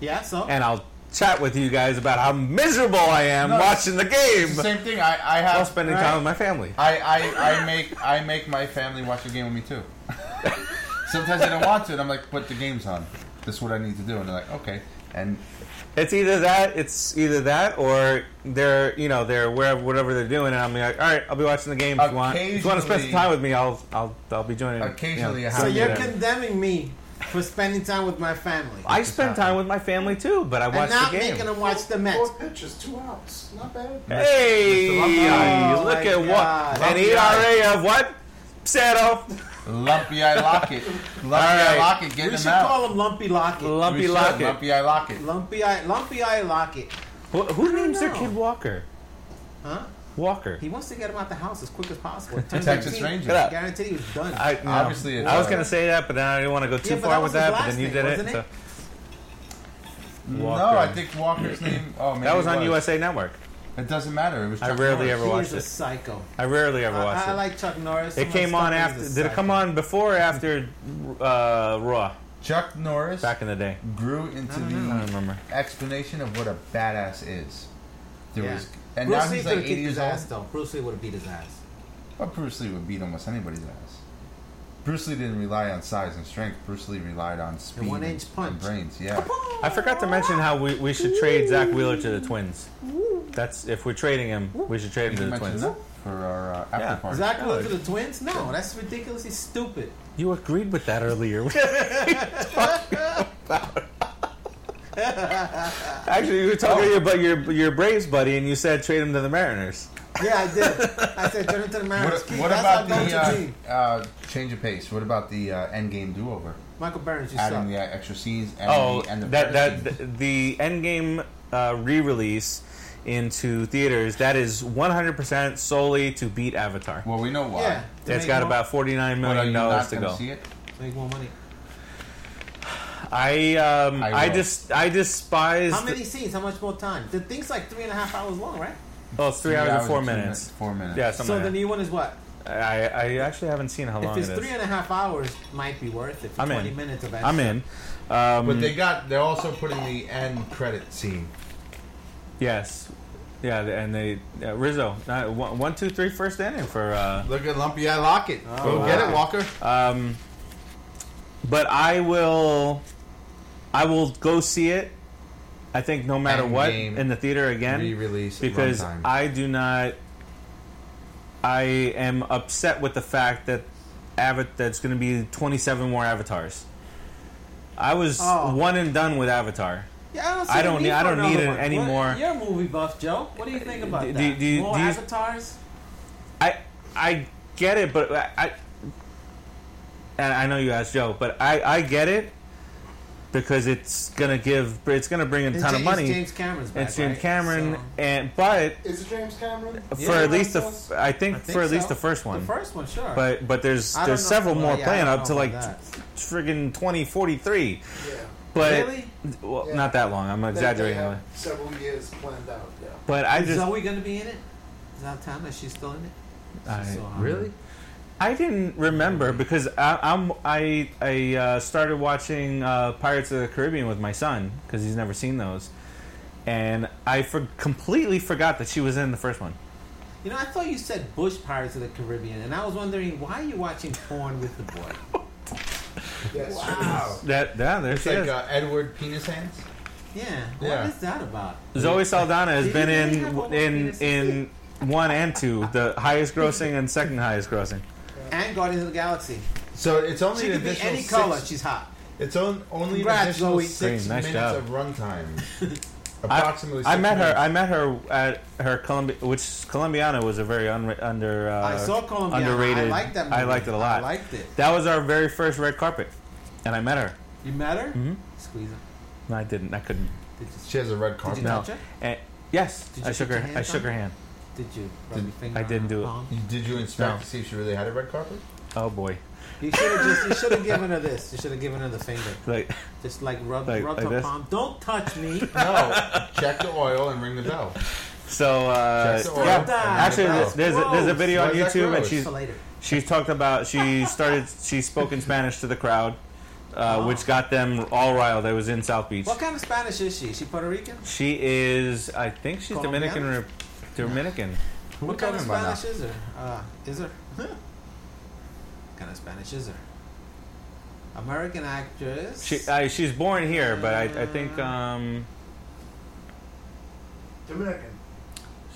yeah, so And I'll chat with you guys about how miserable I am No, watching the It's game the same thing. I, I have while spending Right. time with my family. I, I, I make I make my family watch the game with me too. [LAUGHS] Sometimes they don't want to, and I'm like, "But the game's on. This is what I need to do." And they're like, "Okay." And It's either that, it's either that, or they're you know they're wherever whatever they're doing, and I'm like, all right, I'll be watching the game. If you want, if you want to spend some Occasionally- time with me, I'll I'll I'll be joining. you know, Occasionally I have- so join you you're there. condemning me for spending time with my family. I spend time with my family too, but I watch and now the I'm making game. them watch the Four Mets. pitches, two outs. Not bad. Hey, Lumpy. Oh, look my at God. what an Lumpy eye. ERA of what? Zero. lumpy [LAUGHS] eye Lockett, lumpy eye right. Lockett, get We him should out. call him Lumpy Lockett. We Lumpy should, Lockett. lumpy eye Lockett. Lumpy Eye, Lumpy Eye Lockett. Who, who names their know. kid Walker? Huh? Walker. He wants to get him out the house as quick as possible. Turn Texas 18, Rangers. Get out. Guaranteed he was done. I, no. Obviously, it's I was Walker. gonna say that, but then I didn't want to go too Yeah, but far that with was his that. But last then you name, did it. wasn't so- it? No, Walker. I think Walker's name. Oh, maybe that was it on USA Network. It doesn't matter. It was. I Chuck rarely Norris. ever Oh, he watched is a it. psycho. I rarely ever I, watched I it. like Chuck Norris. It came on after. Did it come on before or after uh, Raw Chuck Norris back in the day? grew into the I Mm-hmm. don't remember. explanation of what a badass is. There Yeah. was, and Bruce now Lee he's could've like 80 kicked his years ass, old. though. Bruce Lee would have beat his ass. But Bruce Lee would beat almost anybody's ass. Bruce Lee didn't rely on size and strength. Bruce Lee relied on speed one and- inch punch. and brains. Yeah, I forgot to mention how we, we should trade Zach Wheeler to the Twins. That's if we're trading him, we should trade him Did to you the mention Twins. that for our uh, after Yeah. party. Zach God. looked to the Twins? No, that's ridiculously stupid. You agreed with that earlier. [LAUGHS] What are you talking about? Actually, you were talking about your your Braves buddy, and you said trade him to the Mariners. Yeah, I did. I said, turn [LAUGHS] into the What, Mariners. Keith, what that's about our go-to the team. uh, uh, change of pace? What about the uh, end game do over? Michael Burns, you Adding the suck. uh, extra scenes and Oh, the, and the that credit that scenes. the Endgame uh, re-release into theaters. That is 100% solely to beat Avatar. well, we know why. Yeah. to It's make got more- about 49 But are million you dollars not to going to go. see it? Make more money. I um I I, will. just I despise. How the- many scenes? How much more time? The thing's like three and a half hours long, right? Oh, it's three, Three hours, and four two minutes. Four minutes. Yeah, so something. the like new one is what? that. I I actually haven't seen how If long it's it three is. and a half hours, might be worth it. For I'm in. 20 minutes of extra. I'm in. Um, But they got. They're also putting the end credit scene. yes, yeah, th- and they uh, Rizzo uh, one, one, two, three, first inning for. Uh, Look at Lumpy Eye Lockett. Oh, Go get it, Walker. um, but I will, I will go see it. I think no matter what Endgame in the theater again. re-release because runtime. I do not. I am upset with the fact that Avat that's going to be twenty seven more avatars. I was Oh. one and done with Avatar. Yeah, I don't, see I the don't need, need- I for don't need Uh, another it one. anymore. What, you're a movie buff, Joe. What do you think about do- that? do- do- More do you- avatars? I I get it, but I, I and I know you asked Joe, but I I get it because it's gonna give it's gonna bring a It's ton Ja- of it's money. James Cameron's back, It's James right? Cameron, So- and but Is it James Cameron? for at I least the think f- so. I think, I think for at least so. the first one. The first one, sure. But but there's I don't there's know- several well, more yeah, I planned don't up to know like about that. friggin' 2043. Yeah. But Really? well, Yeah. not that long. I'm They- they exaggerating. have Several years planned out. Yeah. But I is just Zoe going to be in it? Is that time that she's still in it? She's I- so hot. I didn't remember because I, I'm I I uh, started watching uh, Pirates of the Caribbean with my son because he's never seen those, and I for- completely forgot that she was in the first one. You know, I thought you said Bush Pirates of the Caribbean, and I was wondering why are you watching porn with the boy? Yes. Wow. That yeah, there It's she like is. uh, Edward Penis Hands. Yeah, Yeah. what is that about? Zoe Saldana has Did been you really have in all in penises? in one and two, the highest grossing and second highest grossing. And Guardians of the Galaxy. So it's only She an could be additional any six- color. She's hot. It's on, only Congrats, an additional Zoe. six Great, nice minutes job. of runtime. [LAUGHS] I- Approximately. I, six met her. minutes. I met her at her Columbia, which Columbiana was a very un, under uh, I saw Colombiana. underrated. I liked that movie. I liked it a lot. I liked it. That was our very first red carpet, and I met her. You met her? Mm-hmm. Squeeze her. No, I didn't. I couldn't. Did you, She has a red Did carpet. you No. touch her? And, yes, Did you I shook put your her. I hands shook on her her? hand. did you rub your finger I on didn't her do it. palm? You- Did you inspect No. to see if she really had a red carpet? Oh boy, You should have just. You should have given her this. You should have given her the finger. like [LAUGHS] Just like rub, Like- rub like her this? [LAUGHS] palm. Don't touch me. No. Check the oil and ring the bell. So uh, Check the yeah, order. actually, there's, there's a, there's a video on Why is that YouTube, and gross? she's For later. she's talked about she started she spoke in Spanish to the crowd, uh, which got them all riled. I was in South Beach. What kind of Spanish is she? Is she Puerto Rican? She is, I think she's Colombian? Dominican or Dominican. Who we what kind of talking about now? Spanish is there? Uh, is there? [LAUGHS] what kind of Spanish is there? American actress. She I, she's born here, but I, I think um, Dominican.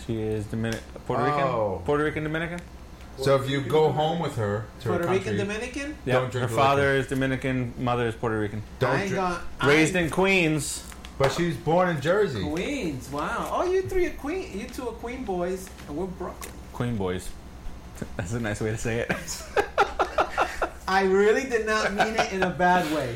she is Dominican, Puerto Rican, Oh. Puerto Rican Dominican. So if you go home with her to Puerto her Rican country, Dominican. Yeah, Don't drink her the father is Dominican, mother is Puerto Rican. don't I ain't drink. gonna, Raised I ain't in Queens. But she was born in Jersey. Queens. Wow. Oh, you three are Queen. You two are Queen boys, and we're Brooklyn. Queen boys. [LAUGHS] That's a nice way to say it. I really did not mean it in a bad way.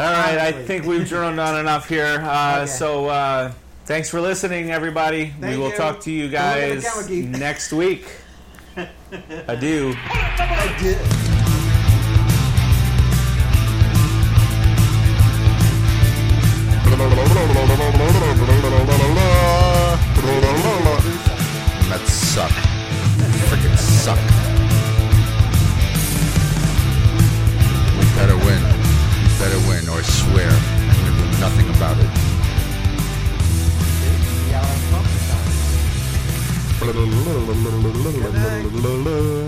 All right, I Exactly. think we've droned on enough here. Uh, Okay. So uh, thanks for listening, everybody. we Thank will you. talk to you Don't look at the guys camera, Keith. next [LAUGHS] week. Adieu. I did. That suck. Freaking suck. We better win. We better win, or I swear I'm gonna do nothing about it. Yeah, I'm pumped about it. Good night.